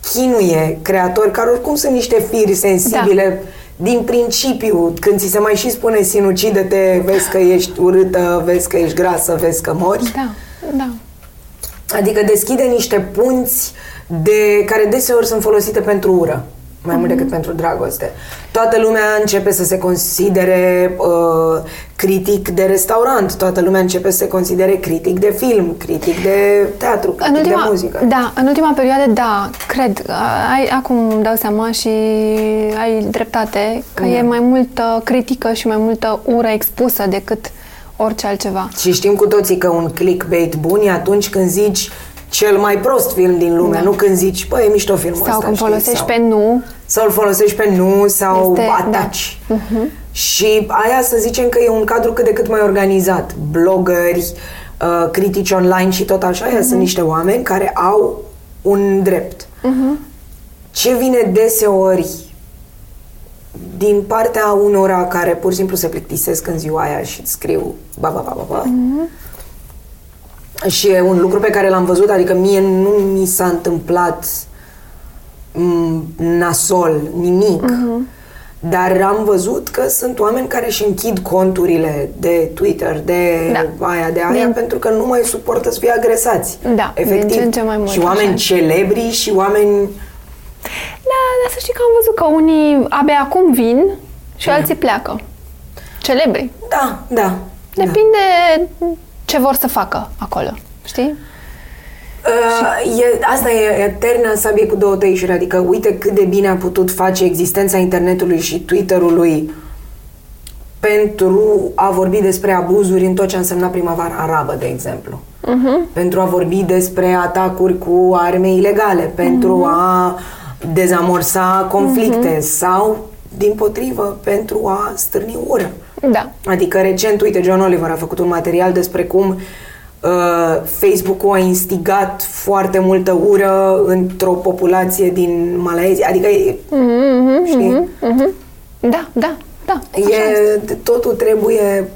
[SPEAKER 2] chinuie creatori care oricum sunt niște firi sensibile din principiu, când ți se mai și spune sinucidă-te, vezi că ești urâtă, vezi că ești grasă, vezi că mori.
[SPEAKER 1] Da, da.
[SPEAKER 2] Adică deschide niște punți de, care deseori sunt folosite pentru ură, mai mult
[SPEAKER 1] Mhm.
[SPEAKER 2] decât pentru dragoste. Toată lumea începe să se considere uh, critic de restaurant, toată lumea începe să se considere critic de film, critic de teatru, critic
[SPEAKER 1] În ultima,
[SPEAKER 2] de muzică.
[SPEAKER 1] da, în ultima perioadă, da, cred. Ai, acum îmi dau seama și ai dreptate că e
[SPEAKER 2] Da.
[SPEAKER 1] mai multă critică și mai multă ură expusă decât orice altceva.
[SPEAKER 2] Și știm cu toții că un clickbait bun e atunci când zici cel mai prost film din lume, nu când zici, băi, e mișto filmul
[SPEAKER 1] Da. Sau
[SPEAKER 2] ăsta,
[SPEAKER 1] când
[SPEAKER 2] știi?
[SPEAKER 1] folosești
[SPEAKER 2] sau,
[SPEAKER 1] pe nu,
[SPEAKER 2] Sau îl folosești pe nu, sau
[SPEAKER 1] Este- Mhm.
[SPEAKER 2] este, ataci. Da. Și aia să zicem că e un cadru cât de cât mai organizat. Blogări, uh, critici online și tot așa,
[SPEAKER 1] Mhm.
[SPEAKER 2] aia sunt niște oameni care au un drept.
[SPEAKER 1] Mhm.
[SPEAKER 2] Ce vine deseori din partea unora care pur și simplu se plictisesc în ziua aia și îți scriu ba, ba, ba, ba, ba. Și e un lucru pe care l-am văzut, adică mie nu mi s-a întâmplat m, nasol, nimic.
[SPEAKER 1] Mhm.
[SPEAKER 2] Dar am văzut că sunt oameni care își închid conturile de Twitter, de
[SPEAKER 1] Da.
[SPEAKER 2] aia, de aia,
[SPEAKER 1] Din-
[SPEAKER 2] pentru că nu mai suportă să fie agresați.
[SPEAKER 1] Da, din
[SPEAKER 2] efectiv.
[SPEAKER 1] ce în ce mai mult,
[SPEAKER 2] și oameni
[SPEAKER 1] așa.
[SPEAKER 2] celebri și oameni...
[SPEAKER 1] Da, dar să știi că am văzut că unii abia acum vin și alții pleacă. Celebri.
[SPEAKER 2] Da, da. da.
[SPEAKER 1] Depinde ce vor să facă acolo. Știi?
[SPEAKER 2] Uh, e, asta e eterna sabie cu două tăișuri, adică uite cât de bine a putut face existența internetului și Twitter-ului pentru a vorbi despre abuzuri în tot ce a însemnat primăvara arabă, de exemplu. Uh-huh. Pentru a vorbi despre atacuri cu arme ilegale, pentru a dezamorsa conflicte uh-huh. sau, din potrivă, pentru a stârni ură.
[SPEAKER 1] Da.
[SPEAKER 2] Adică recent, uite, John Oliver a făcut un material despre cum uh, Facebook-ul a instigat foarte multă ură într-o populație din Malaezia. Adică e,
[SPEAKER 1] Mhm,
[SPEAKER 2] Știi?
[SPEAKER 1] mhm, mhm. Da, da, da. Așa este.
[SPEAKER 2] e, totul trebuie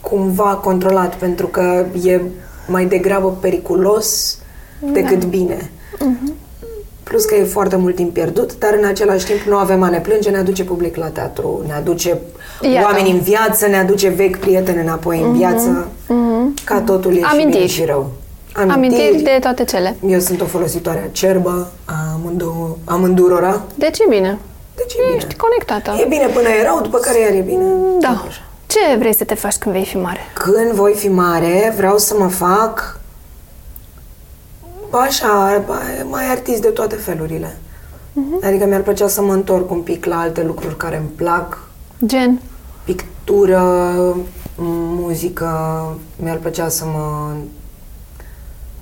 [SPEAKER 2] cumva controlat pentru că e mai degrabă periculos
[SPEAKER 1] Da.
[SPEAKER 2] decât bine.
[SPEAKER 1] Mhm.
[SPEAKER 2] Plus că e foarte mult timp pierdut, dar în același timp nu avem a ne plânge, ne aduce public la teatru, ne aduce
[SPEAKER 1] Iată. Mhm.
[SPEAKER 2] oameni în viață, ne aduce vechi prieteni înapoi în viață. Ca totul e și bine
[SPEAKER 1] Amintiri.
[SPEAKER 2] și rău.
[SPEAKER 1] Amintiri de toate cele.
[SPEAKER 2] Eu sunt o folositoare acerbă a amândou- amândurora.
[SPEAKER 1] Deci e bine.
[SPEAKER 2] Deci e bine.
[SPEAKER 1] Ești conectată.
[SPEAKER 2] E bine până e rău, după care iar e bine.
[SPEAKER 1] Da. Ce vrei să te faci când vei fi mare?
[SPEAKER 2] Când voi fi mare, vreau să mă fac așa, mai- mai artist de toate felurile.
[SPEAKER 1] Mhm.
[SPEAKER 2] Adică mi-ar plăcea să mă întorc un pic la alte lucruri care îmi plac.
[SPEAKER 1] Gen?
[SPEAKER 2] Pictură, muzică, mi-ar plăcea să mă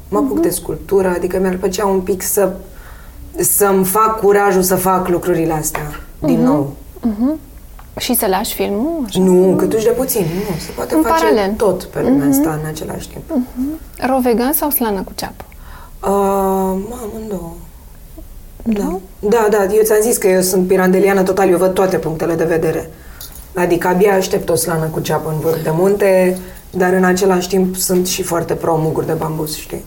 [SPEAKER 2] mă apuc
[SPEAKER 1] Mhm.
[SPEAKER 2] de sculptură, adică mi-ar plăcea un pic să să-mi fac curajul să fac lucrurile astea din nou.
[SPEAKER 1] Mhm. Și să lași filmul? Așa.
[SPEAKER 2] Nu, cât uși de puțin, nu. Se poate
[SPEAKER 1] În
[SPEAKER 2] face
[SPEAKER 1] paralel. Mhm.
[SPEAKER 2] tot pe lumea asta în același timp.
[SPEAKER 1] Ro vegan sau slană cu ceapă?
[SPEAKER 2] Uh, amândouă. Da. da, da, eu ți-am zis că eu sunt pirandeliană total, eu văd toate punctele de vedere. Adică abia aștept o slană cu ceapă în vârf de munte, dar în același timp sunt și foarte pro muguri de bambus, știi?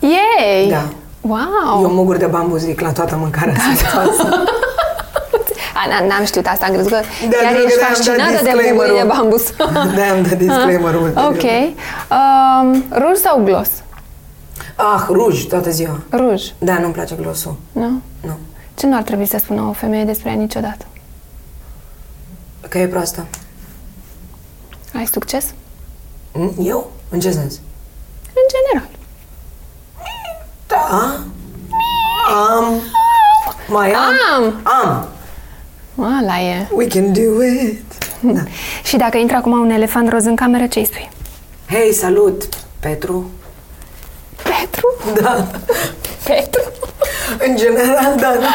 [SPEAKER 1] Yay!
[SPEAKER 2] Da.
[SPEAKER 1] Wow!
[SPEAKER 2] Eu muguri de bambus zic la toată mâncarea sănătoasă.
[SPEAKER 1] A, n- n-am știut asta, am crezut că
[SPEAKER 2] Da,
[SPEAKER 1] chiar
[SPEAKER 2] cred că
[SPEAKER 1] ești
[SPEAKER 2] de-aia am dat
[SPEAKER 1] fascinată de
[SPEAKER 2] disclaimer-ul.
[SPEAKER 1] bucurii de
[SPEAKER 2] *laughs*
[SPEAKER 1] bambus.
[SPEAKER 2] De-aia am dat disclaimer-ul
[SPEAKER 1] *laughs*
[SPEAKER 2] ulterior.
[SPEAKER 1] Ok. Um, ruj sau gloss?
[SPEAKER 2] Ah, ruj toată ziua.
[SPEAKER 1] Ruj,
[SPEAKER 2] Da, nu-mi place glosul.
[SPEAKER 1] nu?
[SPEAKER 2] Nu.
[SPEAKER 1] Ce nu ar trebui să spună o femeie despre ea niciodată?
[SPEAKER 2] Că e proastă.
[SPEAKER 1] Ai succes?
[SPEAKER 2] Mm, Eu? În ce sens?
[SPEAKER 1] În general.
[SPEAKER 2] Da. Am. Mai am.
[SPEAKER 1] Am!
[SPEAKER 2] Am.
[SPEAKER 1] Ala e.
[SPEAKER 2] We can do it. Da.
[SPEAKER 1] *laughs* Și dacă intră acum un elefant roz în cameră, ce-i spui?
[SPEAKER 2] Hei, salut, Petru.
[SPEAKER 1] Petru?
[SPEAKER 2] Da.
[SPEAKER 1] Petru?
[SPEAKER 2] În general, da. da.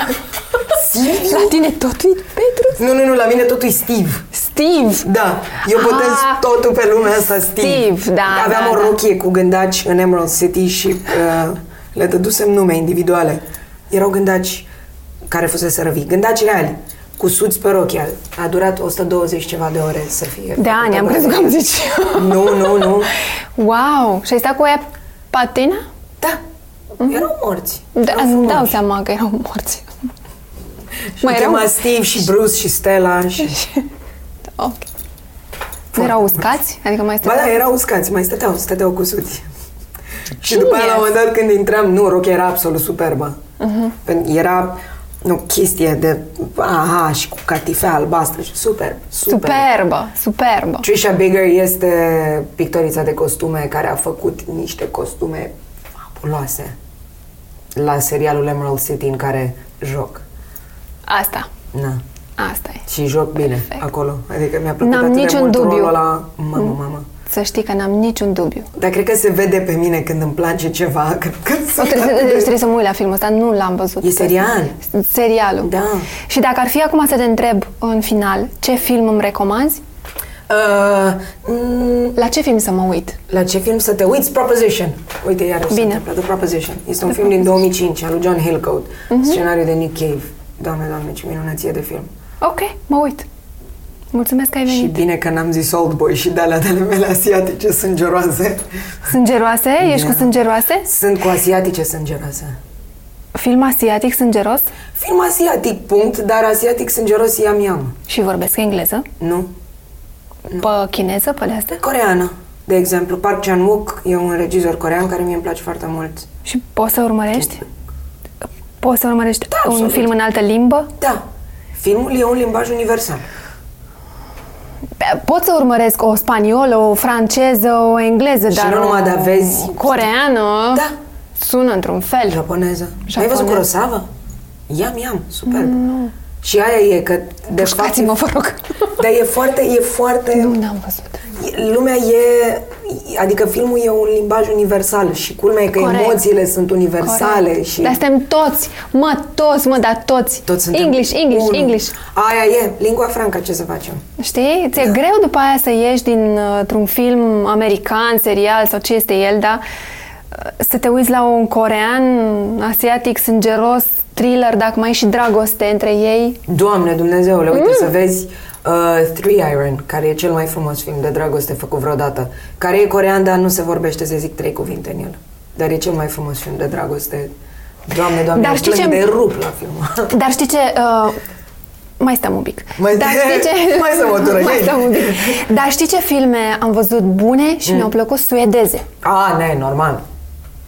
[SPEAKER 1] La tine tot e Petru?
[SPEAKER 2] Nu, nu, nu, la mine totul e Steve.
[SPEAKER 1] Steve!
[SPEAKER 2] Da, eu botez
[SPEAKER 1] Ah,
[SPEAKER 2] totul pe lumea asta Steve.
[SPEAKER 1] Steve, da,
[SPEAKER 2] Aveam
[SPEAKER 1] da,
[SPEAKER 2] o
[SPEAKER 1] da.
[SPEAKER 2] rochie cu gândaci în Emerald City și uh, le dădusem nume individuale. Erau gândaci care fusese răvii, gândaci reali, cu suți pe rochie. A durat 120 ceva de ore să fie.
[SPEAKER 1] De ani, am crezut că am zis și eu.
[SPEAKER 2] Da. Nu, nu, nu.
[SPEAKER 1] Wow! Și ai stat cu aia patina?
[SPEAKER 2] Da, erau morți.
[SPEAKER 1] Da,
[SPEAKER 2] Erau
[SPEAKER 1] îmi
[SPEAKER 2] frumoși.
[SPEAKER 1] dau seama că erau morți.
[SPEAKER 2] Și mai erau... Steve și Bruce și Stella și...
[SPEAKER 1] Ok. Nu erau uscați? Adică mai
[SPEAKER 2] Ba da,
[SPEAKER 1] stăteau?
[SPEAKER 2] erau uscați, mai stăteau, stăteau cu suți.
[SPEAKER 1] *laughs*
[SPEAKER 2] Și
[SPEAKER 1] Cine
[SPEAKER 2] după aia, la un
[SPEAKER 1] e?
[SPEAKER 2] moment dat, când intram, nu, rochia era absolut superbă.
[SPEAKER 1] Mhm.
[SPEAKER 2] Uh-huh. Era o chestie de aha și cu catifea albastră și super, super.
[SPEAKER 1] Superbă, superbă.
[SPEAKER 2] Trisha Bigger este pictorița de costume care a făcut niște costume fabuloase la serialul Emerald City în care joc.
[SPEAKER 1] Asta,
[SPEAKER 2] Na.
[SPEAKER 1] asta e.
[SPEAKER 2] Și joc bine
[SPEAKER 1] Perfect.
[SPEAKER 2] acolo. Adică mi-a plăcut
[SPEAKER 1] N-am
[SPEAKER 2] atât de
[SPEAKER 1] niciun
[SPEAKER 2] mult
[SPEAKER 1] dubiu. Mm.
[SPEAKER 2] rolul ăla. Mamă, mamă.
[SPEAKER 1] Să știi că n-am niciun dubiu.
[SPEAKER 2] Dar cred că se vede pe mine când îmi place ceva. Când, când
[SPEAKER 1] O,
[SPEAKER 2] sunt
[SPEAKER 1] trebuie, să,
[SPEAKER 2] atât de-
[SPEAKER 1] deci trebuie să mă uit la filmul ăsta, nu l-am văzut.
[SPEAKER 2] E serial.
[SPEAKER 1] Serialul.
[SPEAKER 2] Da.
[SPEAKER 1] Și dacă ar fi acum să te întreb în final ce film îmi recomanzi,
[SPEAKER 2] Uh, mm,
[SPEAKER 1] la ce film să mă uit?
[SPEAKER 2] la ce film să te uiți? Proposition. Uite, iarăși
[SPEAKER 1] Bine.
[SPEAKER 2] se întâmplă. The Proposition. Mhm. Este un film din 2005 al lui John Hillcoat. Scenariu de Nick Cave. Doamne, doamne, ce minunăție de film.
[SPEAKER 1] Ok, mă uit. Mulțumesc că ai
[SPEAKER 2] Și
[SPEAKER 1] venit.
[SPEAKER 2] bine că n-am zis Old Boy și de alea de ale mele asiatice sângeroase.
[SPEAKER 1] Sângeroase? Ești cu
[SPEAKER 2] Da.
[SPEAKER 1] sângeroase?
[SPEAKER 2] Sunt cu asiatice sângeroase.
[SPEAKER 1] Film asiatic sângeros?
[SPEAKER 2] Film asiatic, punct, dar asiatic sângeros iam iam.
[SPEAKER 1] Și vorbesc engleză?
[SPEAKER 2] Nu?
[SPEAKER 1] Pe chineză, pe astea?
[SPEAKER 2] Coreană, de exemplu. Park Chan-wook e un regizor corean care mie îmi place foarte mult.
[SPEAKER 1] Și poți să urmărești? Poți să urmărești
[SPEAKER 2] Da,
[SPEAKER 1] un
[SPEAKER 2] absolut.
[SPEAKER 1] film în altă limbă?
[SPEAKER 2] Da, filmul e un limbaj universal.
[SPEAKER 1] Pot să urmăresc o spaniolă, o franceză, o engleză,
[SPEAKER 2] Și
[SPEAKER 1] dar
[SPEAKER 2] nu
[SPEAKER 1] o
[SPEAKER 2] numai, dar vezi-
[SPEAKER 1] coreană
[SPEAKER 2] Da.
[SPEAKER 1] sună într-un fel.
[SPEAKER 2] Japoneză. Ai
[SPEAKER 1] Japonez.
[SPEAKER 2] văzut Kurosawa? Iam, iam, superb. Și aia e că, de fapt,
[SPEAKER 1] Scați-mă, vă rog.
[SPEAKER 2] *laughs* dar e foarte, e foarte,
[SPEAKER 1] Nu, n-am văzut.
[SPEAKER 2] lumea e, adică filmul e un limbaj universal și culmea e că
[SPEAKER 1] Corect.
[SPEAKER 2] emoțiile sunt universale
[SPEAKER 1] Corect.
[SPEAKER 2] și...
[SPEAKER 1] Dar suntem toți, mă, toți, mă, dar toți.
[SPEAKER 2] Toți suntem
[SPEAKER 1] English, English,
[SPEAKER 2] unul.
[SPEAKER 1] English.
[SPEAKER 2] Aia e, lingua franca, ce să facem?
[SPEAKER 1] Știi?
[SPEAKER 2] Da.
[SPEAKER 1] Ți-e greu după aia să ieși dintr-un film american, serial sau ce este el, da? Să te uiți la un corean, asiatic, sângeros, thriller, dacă mai e și dragoste între
[SPEAKER 2] *laughs*
[SPEAKER 1] ei.
[SPEAKER 2] Doamne Dumnezeule,
[SPEAKER 1] Mm.
[SPEAKER 2] uite să vezi uh, Three Iron, care e cel mai frumos film de dragoste făcut vreodată, care e corean, dar nu se vorbește, să zic, trei cuvinte în el. Dar e cel mai frumos film de dragoste. Doamne, doamne,
[SPEAKER 1] Dar
[SPEAKER 2] dar
[SPEAKER 1] știi
[SPEAKER 2] plâng
[SPEAKER 1] ce-
[SPEAKER 2] de rup la film. *laughs*
[SPEAKER 1] Dar știi ce... Uh, mai stăm un pic.
[SPEAKER 2] Mai- *laughs*
[SPEAKER 1] Dar știi ce...
[SPEAKER 2] Mai stăm o tură,
[SPEAKER 1] *laughs* mai
[SPEAKER 2] hai.
[SPEAKER 1] stăm un pic. Dar știi ce filme am văzut bune
[SPEAKER 2] Mm.
[SPEAKER 1] și mi-au plăcut suedeze?
[SPEAKER 2] A, ne, normal.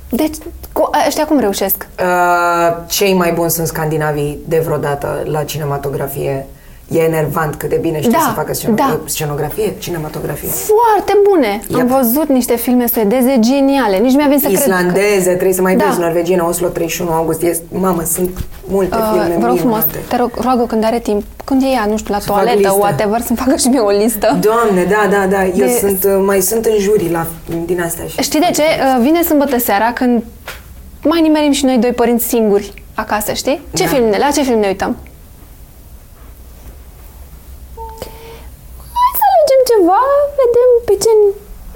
[SPEAKER 1] Deci, cu, ăștia cum reușesc?
[SPEAKER 2] Uh, cei mai buni sunt scandinavii de vreodată la cinematografie. E enervant cât de bine știu
[SPEAKER 1] Da,
[SPEAKER 2] să facă scenografie,
[SPEAKER 1] da.
[SPEAKER 2] scenografie cinematografie.
[SPEAKER 1] Foarte bune! Am
[SPEAKER 2] Yep.
[SPEAKER 1] văzut niște filme suedeze geniale. Nici mi-a venit să cred că...
[SPEAKER 2] Islandeze, trebuie să mai
[SPEAKER 1] Da.
[SPEAKER 2] vezi, norvegienă, Oslo 31 august, este, mamă, sunt multe filme
[SPEAKER 1] Uh, vă rog frumos,
[SPEAKER 2] minunate.
[SPEAKER 1] te rog, roagă când are timp, când e ea, nu știu, la
[SPEAKER 2] fac
[SPEAKER 1] toaletă,
[SPEAKER 2] listă.
[SPEAKER 1] whatever, să-mi facă și mie o listă.
[SPEAKER 2] Doamne, da, da, da, eu
[SPEAKER 1] De-
[SPEAKER 2] sunt, uh, mai sunt în juri la, din astea și...
[SPEAKER 1] Știi de ce? Uh, Vine sâmbătă seara când mai nimerim și noi doi părinți singuri acasă, știi? Ce
[SPEAKER 2] Da.
[SPEAKER 1] film ne, la ce film ne uităm? Hai să alegem ceva, vedem pe ce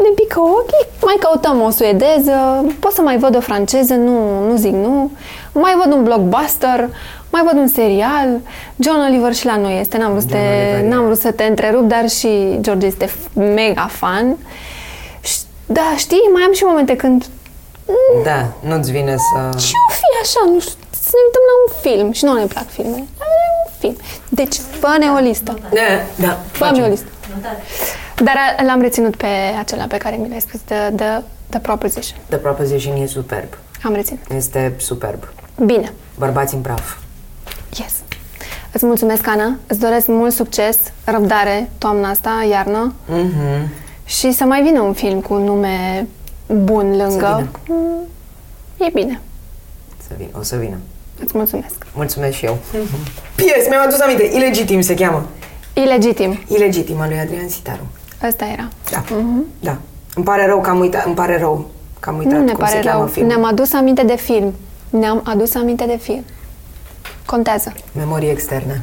[SPEAKER 1] ne pică ochii. Mai căutăm o suedeză, pot să mai văd o franceză, nu, nu zic nu. Mai văd un blockbuster, mai văd un serial. John Oliver și la noi este, n-am vrut, să
[SPEAKER 2] John
[SPEAKER 1] te,
[SPEAKER 2] Oliver,
[SPEAKER 1] n-am
[SPEAKER 2] da.
[SPEAKER 1] vrut să te întrerup, dar și George este f- mega fan. Și- Da, știi, mai am și momente când
[SPEAKER 2] Da, nu-ți vine să...
[SPEAKER 1] ce o fi așa, nu știu, să ne uităm la un film și nu ne plac filmele. Dar e Un film. Deci, fă-ne o listă.
[SPEAKER 2] Da, da,
[SPEAKER 1] Fă-mi o
[SPEAKER 2] facem.
[SPEAKER 1] listă. Dar a- l-am reținut pe acela pe care mi l-ai spus, The, the, the Proposition.
[SPEAKER 2] The Proposition e superb.
[SPEAKER 1] Am reținut.
[SPEAKER 2] Este superb.
[SPEAKER 1] Bine.
[SPEAKER 2] Bărbați în praf.
[SPEAKER 1] Yes. Îți mulțumesc, Ana. Îți doresc mult succes, răbdare, toamna asta, iarnă.
[SPEAKER 2] Mhm.
[SPEAKER 1] Și să mai vină un film cu un nume bun lângă. Mm, E bine.
[SPEAKER 2] Să vin, o să vină.
[SPEAKER 1] Îți mulțumesc.
[SPEAKER 2] Mulțumesc și eu. Mm-hmm. P.S. Mi-am adus aminte. Ilegitim se cheamă.
[SPEAKER 1] Ilegitim.
[SPEAKER 2] Ilegitim al lui Adrian Sitaru.
[SPEAKER 1] Asta era.
[SPEAKER 2] Da. Da. Îmi pare rău că am uitat, îmi pare rău că am uitat
[SPEAKER 1] Mhm. Nu ne
[SPEAKER 2] Da, cum se
[SPEAKER 1] pare
[SPEAKER 2] cheamă
[SPEAKER 1] rău.
[SPEAKER 2] filmul.
[SPEAKER 1] Ne-am adus aminte de film. Ne-am adus aminte de film. Contează.
[SPEAKER 2] Memorie externă.